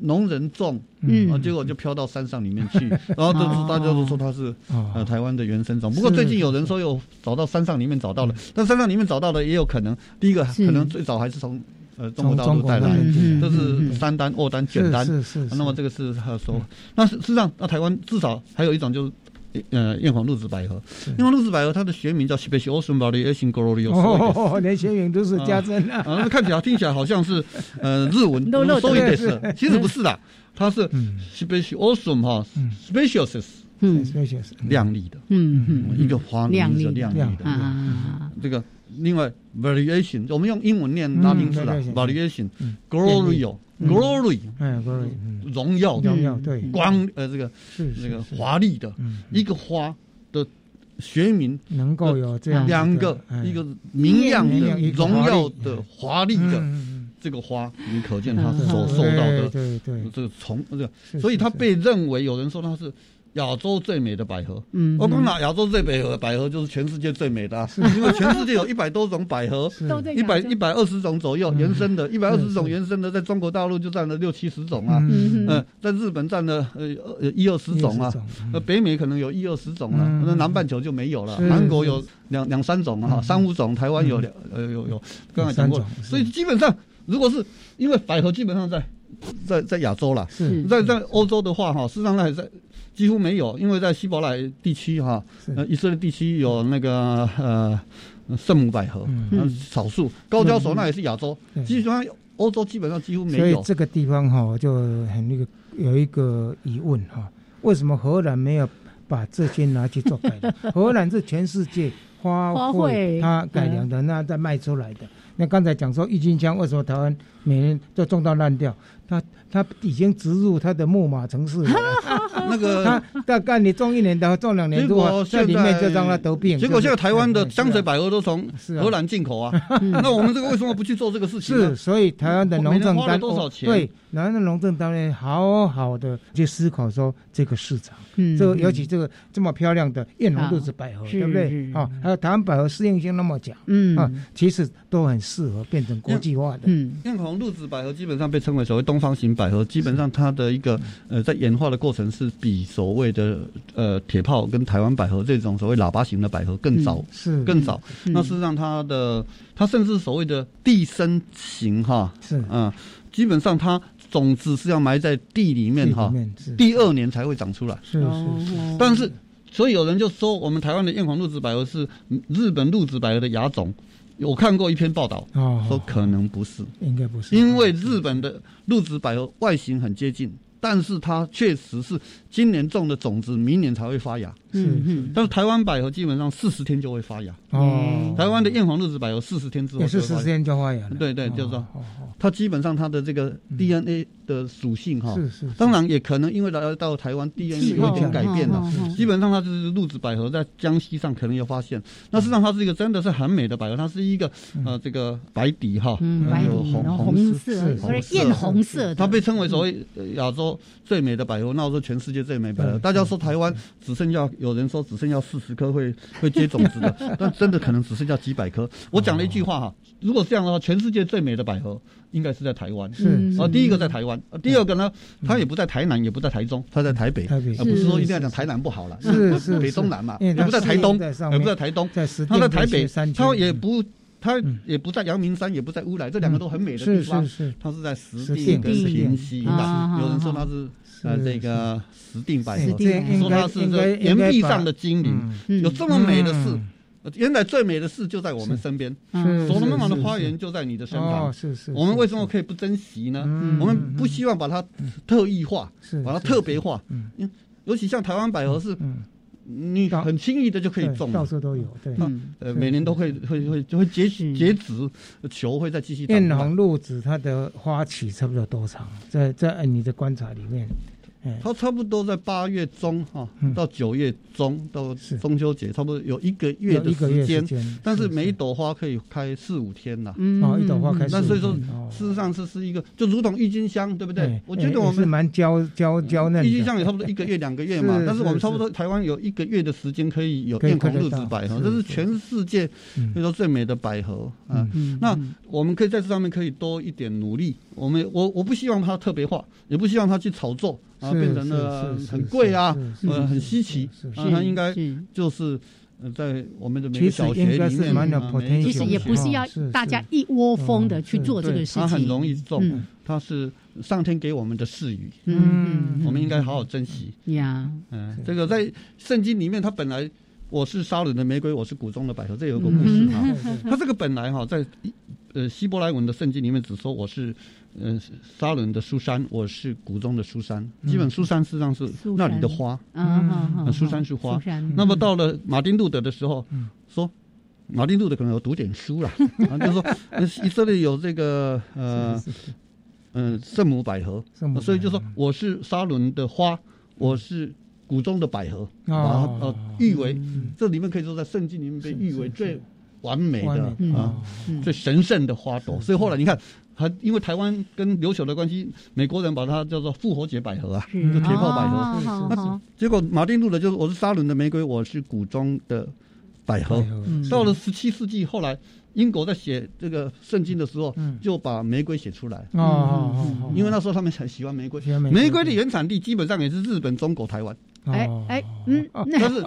Speaker 7: 农人种，
Speaker 2: 嗯
Speaker 7: 啊结果就飘到山上里面 去，然后就是
Speaker 2: 哦
Speaker 7: 大家都说它是
Speaker 3: 哦
Speaker 7: 呃台湾的原生种。不过
Speaker 3: 是嗯
Speaker 7: 最近有人说有找到山上里面找到了，但山上里面找到的也有可能，第一个
Speaker 2: 是
Speaker 7: 可能最早还是从呃中国
Speaker 3: 从
Speaker 7: 大陆
Speaker 3: 中国
Speaker 7: 带来
Speaker 3: 带进
Speaker 7: 的，
Speaker 3: 来
Speaker 7: 这
Speaker 3: 嗯嗯
Speaker 7: 是三单、二单、
Speaker 3: 是
Speaker 7: 卷单，
Speaker 3: 是是是嗯
Speaker 7: 啊那么这个是他说，那事实上，那台湾至少还有一种就是。呃，艳黄露子百合，艳黄露子百合，它的学名叫 Special Ocean Variation Glorious。
Speaker 3: 哦， 连学名都是加深
Speaker 7: 啊，
Speaker 3: 了，
Speaker 7: 那看起来听起来好像是呃日文
Speaker 3: 肉肉的嗯
Speaker 7: 收一点是
Speaker 3: 对，
Speaker 7: 其实不是的，它是 Special Ocean 哈，Special 是
Speaker 2: 嗯，
Speaker 7: 亮丽的，
Speaker 2: 嗯嗯，
Speaker 7: 一个花名字亮丽
Speaker 2: 亮
Speaker 7: 的，
Speaker 3: 嗯
Speaker 2: 啊，
Speaker 7: 这个另外 variation，我们用英文念拉丁字啦
Speaker 3: 嗯
Speaker 7: ，variation
Speaker 3: 嗯
Speaker 7: glory
Speaker 3: 嗯
Speaker 7: glory
Speaker 3: 嗯，glory，嗯
Speaker 7: 荣耀的
Speaker 3: 荣耀对
Speaker 7: 光呃这个
Speaker 3: 是是
Speaker 7: 这个
Speaker 3: 是
Speaker 7: 华丽的
Speaker 3: 嗯
Speaker 7: 一个花的学名
Speaker 3: 能够有这样
Speaker 7: 两个
Speaker 3: 哎
Speaker 7: 一个明亮
Speaker 3: 明
Speaker 7: 的
Speaker 3: 亮一个
Speaker 7: 荣
Speaker 3: 华丽
Speaker 7: 耀的华丽的
Speaker 3: 嗯
Speaker 7: 这个花，你可见它
Speaker 3: 嗯
Speaker 7: 所受到的
Speaker 3: 对对对
Speaker 7: 这个从这个
Speaker 3: 嗯是，
Speaker 7: 所以它
Speaker 3: 是
Speaker 7: 被认为有人说它是。亚洲最美的百合，
Speaker 3: 嗯
Speaker 7: 我光拿亚洲最美的百合就是全世界最美的、啊，因为全世界有一百多种百合
Speaker 2: 都在，
Speaker 7: 一
Speaker 2: 亚
Speaker 7: 百
Speaker 2: 洲
Speaker 7: 一百二十种左右原生的，一百二十
Speaker 3: 嗯是
Speaker 7: 种原生的在中国大陆就占了六七十种啊，
Speaker 3: 嗯嗯
Speaker 7: 呃，在日本占了呃呃一二十种啊
Speaker 3: 一二十种，
Speaker 7: 呃北美可能有一二十种了
Speaker 3: 嗯，
Speaker 7: 那南半球就没有了，
Speaker 3: 是
Speaker 7: 韩国有
Speaker 3: 是嗯
Speaker 7: 两两三种啊，三五种，台湾有两呃有有，刚才讲过了
Speaker 3: 三，种嗯
Speaker 7: 所以基本上如果是因为百合基本上在在在亚洲啦，
Speaker 3: 是
Speaker 7: 在在欧洲的话哈，事实上还在几乎没有，因为在希伯来地区哈，呃以色列地区有那个呃圣母百合，
Speaker 3: 嗯
Speaker 7: 呃少数高加索那也是亚洲，基本上欧洲基本上几乎没
Speaker 3: 所以
Speaker 7: 有。
Speaker 3: 这个地方哈、就很那个有一个疑问哈、为什么荷兰没有把这些拿去做改 良？荷兰是全世界花
Speaker 2: 花卉
Speaker 3: 卉它改良
Speaker 7: 嗯
Speaker 3: 的，那再卖出来的。那刚才讲说郁金香为什么台湾每年都种到烂掉？它它已经植入它的木马 城市了。
Speaker 7: 那个
Speaker 3: 它大概你种一年，然后种两年，
Speaker 7: 结
Speaker 3: 如
Speaker 7: 果
Speaker 3: 果在
Speaker 7: 现
Speaker 3: 里面就让它得病。
Speaker 7: 结果现在台湾的
Speaker 3: 对
Speaker 7: 香水百合都从荷兰进口啊， 那我们这个为什么不去做这个事情呢？
Speaker 3: 是，所以台湾的农政
Speaker 7: 我每年花了
Speaker 3: 单
Speaker 7: 多少钱
Speaker 3: 对，台湾的农政单位好好的去思考说这个市场，
Speaker 2: 嗯
Speaker 3: 这个
Speaker 2: 嗯
Speaker 3: 尤其这个这么漂亮的艳红露子百合，
Speaker 2: 啊
Speaker 3: 对不对
Speaker 2: 是？
Speaker 3: 啊，还有台湾百合适应性那么强，
Speaker 2: 嗯
Speaker 3: 啊，其实都很适合变成国际化的，
Speaker 2: 嗯，
Speaker 7: 艳红露子百合基本上被称为所谓东方型百合，基本上它的一个
Speaker 3: 嗯
Speaker 7: 呃在演化的过程是比所谓的呃铁炮跟台湾百合这种所谓喇叭型的百合更早，
Speaker 3: 是
Speaker 7: 更早。
Speaker 3: 嗯
Speaker 7: 那事实上它的它甚至所谓的地生型哈，
Speaker 3: 是
Speaker 7: 嗯、基本上它种子是要埋在地里面哈
Speaker 3: 地里面是，
Speaker 7: 第二年才会长出来。
Speaker 3: 是是是，
Speaker 7: 但是，所以有人就说我们台湾的艳黄露子百合是日本露子百合的亚种。我看过一篇报道，
Speaker 3: 哦
Speaker 7: 说可能不是，
Speaker 3: 应该不是，
Speaker 7: 因为日本的露子百合外形很接近，但是它确实是今年种的种子，明年才会发芽。
Speaker 3: 嗯
Speaker 2: 嗯，
Speaker 7: 但是台湾百合基本上四十天就会发芽。
Speaker 3: 哦
Speaker 7: 台湾的艳黄露子百合四十天之后
Speaker 3: 也是
Speaker 7: 就会
Speaker 3: 十
Speaker 7: 发芽
Speaker 3: 天就花芽了，
Speaker 7: 对对，就是说，它基本上它的这个 DNA 的属性哈，
Speaker 3: 是是是
Speaker 7: 当然也可能因为来到台湾 DNA 有一点改变了
Speaker 3: 气候嗯嗯嗯，
Speaker 7: 基本上它就是露子百合在江西上可能有发现，那事实上它是一个真的是很美的百合，它是一个呃这个白底哈，
Speaker 2: 嗯
Speaker 7: 呃
Speaker 2: 白底
Speaker 7: 有红
Speaker 2: 然后红
Speaker 7: 红
Speaker 2: 色
Speaker 7: 红
Speaker 2: 或者艳红色的
Speaker 7: 它被称为所
Speaker 3: 嗯
Speaker 7: 谓呃亚洲最美的百合，那我说全世界最美百合，
Speaker 3: 对
Speaker 7: 大家说台湾只剩下有人说只剩下四十颗会 会结种子 的，但真的可能只剩下几百颗。我讲了一句话哈，如果这样的话，全世界最美的百合应该是在台湾。
Speaker 3: 是
Speaker 7: 啊，
Speaker 3: 是
Speaker 7: 第一个在台湾，南。呃第二个呢，他也不在台南，也不在台中，他在台北。
Speaker 3: 嗯台北
Speaker 7: 呃不是说
Speaker 3: 是
Speaker 7: 一定要讲台南不好了，
Speaker 3: 是是
Speaker 7: 北中
Speaker 3: 是
Speaker 7: 南嘛，
Speaker 3: 因为
Speaker 7: 也
Speaker 3: 它
Speaker 7: 不在
Speaker 3: 适
Speaker 7: 台
Speaker 3: 应
Speaker 7: 东，
Speaker 3: 在上
Speaker 7: 也不
Speaker 3: 面
Speaker 7: 在台东，
Speaker 3: 在石
Speaker 7: 他嗯在
Speaker 3: 碇
Speaker 7: 台
Speaker 3: 这些
Speaker 7: 北
Speaker 3: 山，
Speaker 7: 他
Speaker 3: 区
Speaker 7: 也
Speaker 3: 嗯
Speaker 7: 不。他也不在阳明山，也不在乌来，这两个都很美的地方。
Speaker 3: 是是是
Speaker 7: 他是在石
Speaker 3: 石
Speaker 7: 碇
Speaker 3: 碇
Speaker 7: 跟
Speaker 3: 石
Speaker 7: 平
Speaker 3: 碇
Speaker 7: 溪
Speaker 3: 啊
Speaker 7: 嘛。
Speaker 3: 啊
Speaker 7: 有人说他
Speaker 3: 啊
Speaker 7: 是呃
Speaker 3: 是
Speaker 7: 这个石碇百
Speaker 3: 石
Speaker 7: 合，
Speaker 3: 碇应
Speaker 7: 说
Speaker 3: 该
Speaker 7: 他是
Speaker 3: 应
Speaker 7: 这
Speaker 3: 该
Speaker 7: 岩
Speaker 3: 应该
Speaker 7: 壁
Speaker 3: 把
Speaker 7: 上的精灵，
Speaker 3: 嗯
Speaker 7: 有这么美的事
Speaker 3: 嗯。
Speaker 7: 呃原来最美的事就在我们身边，
Speaker 3: 是
Speaker 7: 所罗门
Speaker 3: 是
Speaker 7: 王的
Speaker 3: 是
Speaker 7: 花
Speaker 3: 是
Speaker 7: 园就在你的身
Speaker 3: 哦
Speaker 7: 旁。
Speaker 3: 是是
Speaker 7: 我们
Speaker 3: 是
Speaker 7: 为什么可以不珍惜呢？
Speaker 3: 嗯
Speaker 7: 我们不希望把它特异化
Speaker 3: 是，
Speaker 7: 把它
Speaker 3: 是嗯
Speaker 7: 特别化。因尤其像台湾百合是，你很轻易的就可以
Speaker 3: 对
Speaker 7: 种了，
Speaker 3: 到处都有对
Speaker 7: 啊
Speaker 3: 嗯
Speaker 7: 呃，
Speaker 3: 是
Speaker 7: 每年都会会会就会截截止，球会再继续长
Speaker 3: 艳
Speaker 7: 大。
Speaker 3: 红露子它的花期差不多多长？在在呃你的观察里面，哎，
Speaker 7: 它差不多在八月中哈、
Speaker 3: 嗯
Speaker 7: 到九月中到中秋节，差不多有一个月
Speaker 3: 有
Speaker 7: 的
Speaker 3: 一个月
Speaker 7: 时间
Speaker 3: 时间，
Speaker 7: 但是每一朵花可以开四五天呐、
Speaker 3: 嗯哦一朵花开
Speaker 7: 那
Speaker 3: 四五
Speaker 7: 所以说
Speaker 3: 天哦，
Speaker 7: 事实上是是一个，就如同郁金香，对不对
Speaker 3: 哎？
Speaker 7: 我觉得我
Speaker 3: 也是
Speaker 7: 们
Speaker 3: 蛮娇娇娇嫩的，
Speaker 7: 郁金香也差不多一个月、两个月嘛
Speaker 3: 是，
Speaker 7: 但是我们
Speaker 3: 是
Speaker 7: 差不多台湾有一个月的时间可以有
Speaker 3: 可以
Speaker 7: 艳红
Speaker 3: 看得
Speaker 7: 露子
Speaker 3: 到
Speaker 7: 百合，
Speaker 3: 是
Speaker 7: 这是全世界可以说最美的百合啊
Speaker 3: 嗯。
Speaker 7: 那我们可以在这上面可以多一点努力。我们我我不希望它特别化，也不希望它去炒作啊，
Speaker 3: 是
Speaker 7: 变成了
Speaker 3: 是是
Speaker 7: 很贵啊
Speaker 3: 是，是
Speaker 7: 呃，
Speaker 3: 是
Speaker 7: 很稀奇啊。
Speaker 3: 是
Speaker 7: 它应该就是呃在我们的每个
Speaker 3: 其实
Speaker 7: 小学
Speaker 3: 应该
Speaker 7: 里
Speaker 3: 是
Speaker 7: 面
Speaker 3: 蛮有
Speaker 7: 啊，每一
Speaker 3: potential
Speaker 7: 个
Speaker 2: 其实也
Speaker 7: 中
Speaker 2: 不
Speaker 7: 学
Speaker 2: 是要大家一窝蜂的去做这
Speaker 7: 对
Speaker 2: 个事情，
Speaker 7: 啊它很容易中
Speaker 2: 嗯，
Speaker 7: 它是上天给我们的赐予，
Speaker 2: 嗯
Speaker 7: 我们应该好好珍惜。
Speaker 2: 呀，
Speaker 7: 嗯，这个在圣经里面，它本来我是杀人的玫瑰，我是谷中的百合，这有个故事哈
Speaker 2: 嗯对。
Speaker 7: 它这个本来哈，在呃希伯来文的圣经里面只说我是呃杀人的苏珊，我是谷中的苏珊。基
Speaker 3: 嗯
Speaker 7: 本苏珊实际上是
Speaker 2: 苏珊
Speaker 7: 那里的花，
Speaker 2: 嗯好好
Speaker 7: 呃苏珊是花
Speaker 2: 苏
Speaker 3: 嗯
Speaker 2: 珊。
Speaker 7: 那么到了马丁路德的时候，说。马丁路德可能有读点书 啦，然后就说呃以色列有这个呃嗯，圣母百合，
Speaker 3: 圣母百合
Speaker 7: 啊
Speaker 3: 嗯
Speaker 7: 所以就说我是沙伦的花，我是谷中的百合，
Speaker 3: 啊
Speaker 7: 把它呃誉为
Speaker 3: 嗯
Speaker 7: 这里面可以说在圣经里面被誉为最完美
Speaker 3: 完
Speaker 7: 的
Speaker 3: 美
Speaker 7: 啊
Speaker 3: 嗯，
Speaker 7: 最神圣的花朵。所以后来你看，还因为台湾跟琉球的关系，美国人把它叫做复活节百合啊，就铁炮百
Speaker 3: 哦好
Speaker 7: 合。那
Speaker 3: 好
Speaker 7: 结果马丁路德就是我是沙伦的玫瑰，我是谷中的百合
Speaker 3: 百合。嗯
Speaker 7: 到了十七世纪，后来英国在写这个圣经的时候，就把玫瑰写出来。
Speaker 3: 哦哦哦哦
Speaker 7: 嗯因为那时候他们很喜欢玫瑰，
Speaker 3: 欢玫瑰
Speaker 7: 玫瑰的原产地基本上也是日本、中国、台湾。
Speaker 3: 啊
Speaker 2: 哎哎，嗯，那
Speaker 7: 但是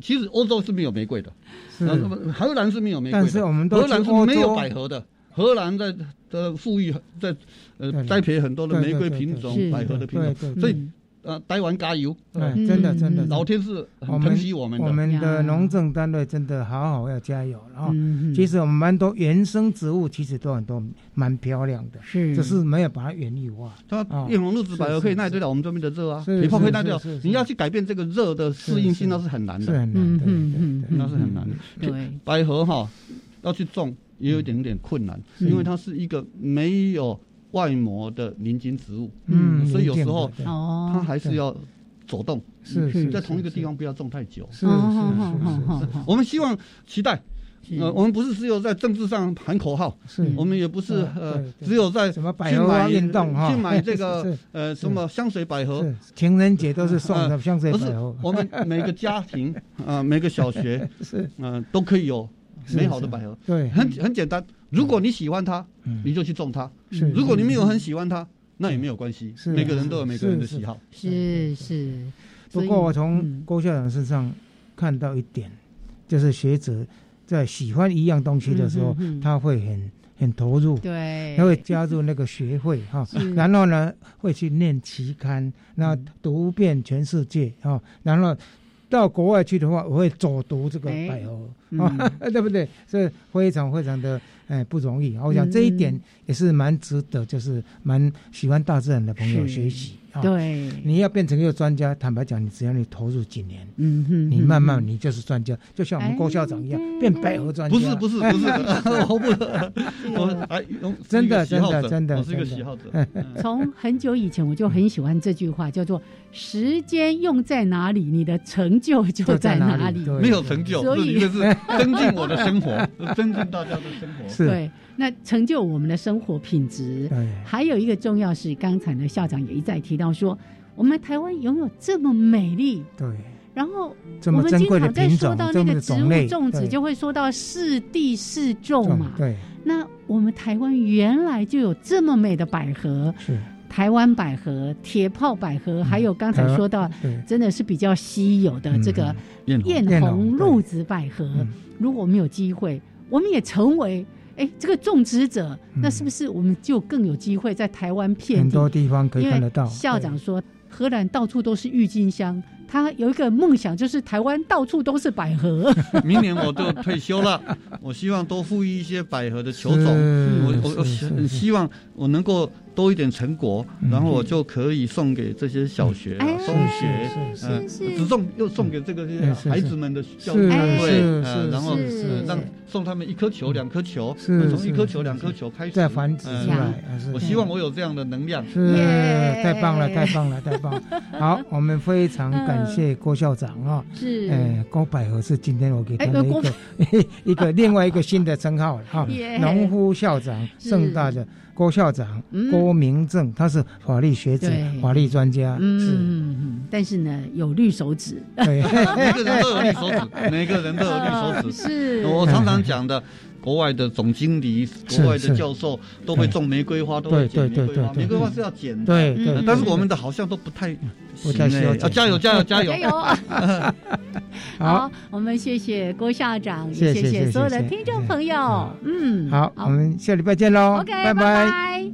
Speaker 7: 其实欧洲是没有玫瑰的，
Speaker 3: 是
Speaker 7: 然后荷兰是没有玫瑰的，
Speaker 3: 但是我哦们都
Speaker 7: 荷兰
Speaker 3: 去
Speaker 7: 是
Speaker 3: 欧洲
Speaker 7: 没有百合的。荷兰在的富裕，在呃
Speaker 3: 对
Speaker 7: 栽培很多的
Speaker 3: 对
Speaker 7: 玫
Speaker 3: 对
Speaker 7: 瑰
Speaker 3: 对
Speaker 7: 品
Speaker 3: 对
Speaker 7: 种、
Speaker 3: 是
Speaker 7: 百合的品
Speaker 3: 对对
Speaker 7: 种，
Speaker 3: 对
Speaker 7: 所以
Speaker 3: 嗯
Speaker 7: 呃，台湾加油！
Speaker 3: 哎真的真的
Speaker 7: 老天是
Speaker 3: 哦我
Speaker 7: 很
Speaker 3: 们
Speaker 7: 疼惜我们的。
Speaker 3: 我们的农政单位真的好好要加油了哈
Speaker 7: 嗯嗯。
Speaker 3: 其实我们蛮多原生植物，其实都很多蛮漂亮的，
Speaker 7: 嗯
Speaker 2: 是
Speaker 3: 只是没有把它园艺化。
Speaker 7: 它
Speaker 3: 啊
Speaker 7: 艳红露子百合可以耐得
Speaker 3: 是
Speaker 7: 了我们这边的热啊，
Speaker 3: 是
Speaker 7: 肥泡可以耐得
Speaker 3: 是是
Speaker 7: 了。
Speaker 3: 是
Speaker 7: 你要去改变这个热的适应性，那是很
Speaker 2: 嗯
Speaker 7: 难的，
Speaker 3: 是很难的对对
Speaker 7: 嗯
Speaker 3: 对
Speaker 7: 那是很难的。
Speaker 3: 对
Speaker 7: 就百合哈，要去种也有一点点困难，
Speaker 3: 嗯
Speaker 7: 因为它是一个没有外膜的鳞茎植物，
Speaker 3: 嗯
Speaker 7: 所以有时候
Speaker 3: 鳞茎的对哦
Speaker 7: 它还是要走动，
Speaker 3: 是是
Speaker 7: 在同一个地方不要种太久。
Speaker 2: 哦
Speaker 3: 是是是是是
Speaker 7: 我们希望期待。呃，我们不是只有在政治上喊口号，我们也不是
Speaker 3: 嗯
Speaker 7: 呃
Speaker 3: 对对
Speaker 7: 只有在
Speaker 3: 什么百
Speaker 7: 去
Speaker 3: 合
Speaker 7: 买
Speaker 3: 花运动哈
Speaker 7: 去买这
Speaker 3: 是
Speaker 7: 个
Speaker 3: 是
Speaker 7: 呃什么香水百合，
Speaker 3: 是情人节都是送
Speaker 7: 呃
Speaker 3: 的香水
Speaker 7: 不
Speaker 3: 百
Speaker 7: 是
Speaker 3: 合，
Speaker 7: 我们每个家庭啊、呃每个小 学
Speaker 3: 是
Speaker 7: 嗯都可以有
Speaker 3: 是
Speaker 7: 美好的百合，
Speaker 3: 是 对嗯
Speaker 7: 很很简单。如果你喜欢它，你就去种它；
Speaker 3: 是
Speaker 7: 如果你没有很喜欢它，那也没有关系。
Speaker 3: 嗯是
Speaker 7: 每个人都有每个人的喜好。
Speaker 2: 是是，
Speaker 3: 不
Speaker 2: 所以嗯
Speaker 3: 过我从郭校长身上看到一点，就是学者在喜欢一样东西的时候，
Speaker 2: 嗯嗯嗯
Speaker 3: 他会很很投入，
Speaker 2: 对
Speaker 3: 他会加入那个学会哈
Speaker 2: 是，
Speaker 3: 然后呢会去念期刊，然
Speaker 2: 嗯
Speaker 3: 后读遍全世界哈，然后到国外去的话，我会走读这个
Speaker 2: 哎
Speaker 3: 百合。
Speaker 2: 嗯
Speaker 3: 啊， 对不对？是非常非常的，哎，不容易。我想这一点
Speaker 2: 嗯
Speaker 3: 也是蛮值得，就是蛮喜欢大自然的朋友
Speaker 2: 是
Speaker 3: 学习。啊
Speaker 2: 对
Speaker 3: 你要变成一个专家，坦白讲，你只要你投入几年，
Speaker 2: 嗯哎哼
Speaker 3: 你
Speaker 2: 嗯
Speaker 3: 慢
Speaker 2: 哼
Speaker 3: 慢你就是专家，就像我们郭校长一样，变百合专家。
Speaker 7: 不是不是
Speaker 3: 哎
Speaker 7: 不是，我不， 我哎，我是一个
Speaker 3: 嗯真的
Speaker 7: 喜好
Speaker 3: 真的
Speaker 7: 者
Speaker 3: 真的
Speaker 7: 我是一个
Speaker 3: 真的哎
Speaker 7: 喜好者。
Speaker 2: 从很久以前我就很喜欢这句话，叫做“时间用在哪里，你的成就就在哪 里”。
Speaker 7: 没有成就，
Speaker 2: 所
Speaker 7: 是
Speaker 2: 以
Speaker 7: 因为是增进我的生活，增进大家的生活。
Speaker 2: 对，那成就我们的生活品质
Speaker 3: 对。
Speaker 2: 还有一个重要是，刚才呢校长也一再提到说，我们台湾拥有这么美丽，
Speaker 3: 对，
Speaker 2: 然后
Speaker 3: 这
Speaker 2: 我
Speaker 3: 么
Speaker 2: 们
Speaker 3: 珍
Speaker 2: 经
Speaker 3: 贵的
Speaker 2: 常在
Speaker 3: 品
Speaker 2: 说
Speaker 3: 种
Speaker 2: 到
Speaker 3: 这
Speaker 2: 那
Speaker 3: 么
Speaker 2: 个
Speaker 3: 的
Speaker 2: 植
Speaker 3: 种
Speaker 2: 物
Speaker 3: 类
Speaker 2: 种植，
Speaker 3: 对
Speaker 2: 就会说到适地适种嘛。
Speaker 3: 对，
Speaker 2: 那我们台湾原来就有这么美的百合，
Speaker 3: 是
Speaker 2: 台湾百合、铁炮百
Speaker 3: 嗯
Speaker 2: 合，还有刚才说到
Speaker 3: 台湾对，
Speaker 2: 真的是比较稀有 的这个
Speaker 3: 嗯艳红
Speaker 2: 艳红露子百合
Speaker 3: 嗯。
Speaker 2: 如果我们有机会，我们也成为哎这个种植者，那是不是我们就更有机会在台湾遍地
Speaker 3: 嗯很多地方可以
Speaker 2: 因为
Speaker 3: 看得到。
Speaker 2: 校长说，荷兰到处都是郁金香，他有一个梦想，就是台湾到处都是百合。
Speaker 7: 明年我就退休了，我希望多富裕一些百合的球种，
Speaker 3: 是
Speaker 7: 我我我
Speaker 3: 是是嗯
Speaker 7: 很希望我能够多一点成果，然后我就可以送给这些小学、
Speaker 2: 哎
Speaker 7: 啊、中学，
Speaker 3: 是
Speaker 7: 嗯，
Speaker 3: 是是
Speaker 7: 只送又送给这个
Speaker 3: 嗯是
Speaker 7: 孩子们的教育
Speaker 3: 是
Speaker 7: 单位，
Speaker 3: 是
Speaker 7: 呃
Speaker 3: 是
Speaker 7: 然后
Speaker 3: 是
Speaker 7: 呃让
Speaker 3: 是
Speaker 7: 送他们一颗球、两颗球，
Speaker 3: 是
Speaker 7: 从一颗
Speaker 3: 是
Speaker 7: 球、两颗球开始
Speaker 3: 再繁殖
Speaker 7: 呃
Speaker 3: 出来啊是
Speaker 7: 我希望我有这样的能 量，
Speaker 3: 是太棒了，太棒了，太棒了！好，我们非常
Speaker 2: 嗯
Speaker 3: 感谢郭校长啊、
Speaker 2: 是
Speaker 3: 呃，郭百合是今天我给他
Speaker 2: 嗯
Speaker 3: 的
Speaker 2: 哎
Speaker 3: 一
Speaker 2: 郭
Speaker 3: 个、 一个另外一个新的称号了哈、
Speaker 2: 耶
Speaker 3: 农夫校长，
Speaker 2: 是
Speaker 3: 盛大的郭校长、
Speaker 2: 嗯
Speaker 3: 郭明正，他是法律学者
Speaker 2: 对、
Speaker 3: 法律专家，是
Speaker 2: 嗯，但是呢，有绿手指。
Speaker 3: 对
Speaker 7: 每 个人都有绿手指，每个人都有绿手指。
Speaker 2: 是
Speaker 7: 我常常讲的，国外的总经理、
Speaker 3: 是
Speaker 7: 国外的
Speaker 3: 是
Speaker 7: 教授都会种玫瑰花，都会
Speaker 3: 对
Speaker 7: 剪
Speaker 3: 对
Speaker 7: 玫
Speaker 3: 对
Speaker 7: 瑰
Speaker 3: 对
Speaker 7: 花。
Speaker 3: 对，
Speaker 7: 玫瑰花是要剪的，
Speaker 2: 嗯
Speaker 3: 对对
Speaker 7: 呃，但是我们的好像都不太
Speaker 3: 不太需要
Speaker 7: 行欸啊
Speaker 3: 剪
Speaker 7: 加油加油 加油！
Speaker 2: 加油！
Speaker 3: 好，
Speaker 2: 我们谢谢郭校长，也
Speaker 3: 谢谢
Speaker 2: 谢
Speaker 3: 谢谢
Speaker 2: 所有的听众朋友。嗯，
Speaker 3: 好，我们下礼拜见喽
Speaker 2: OK，
Speaker 3: 拜
Speaker 2: 拜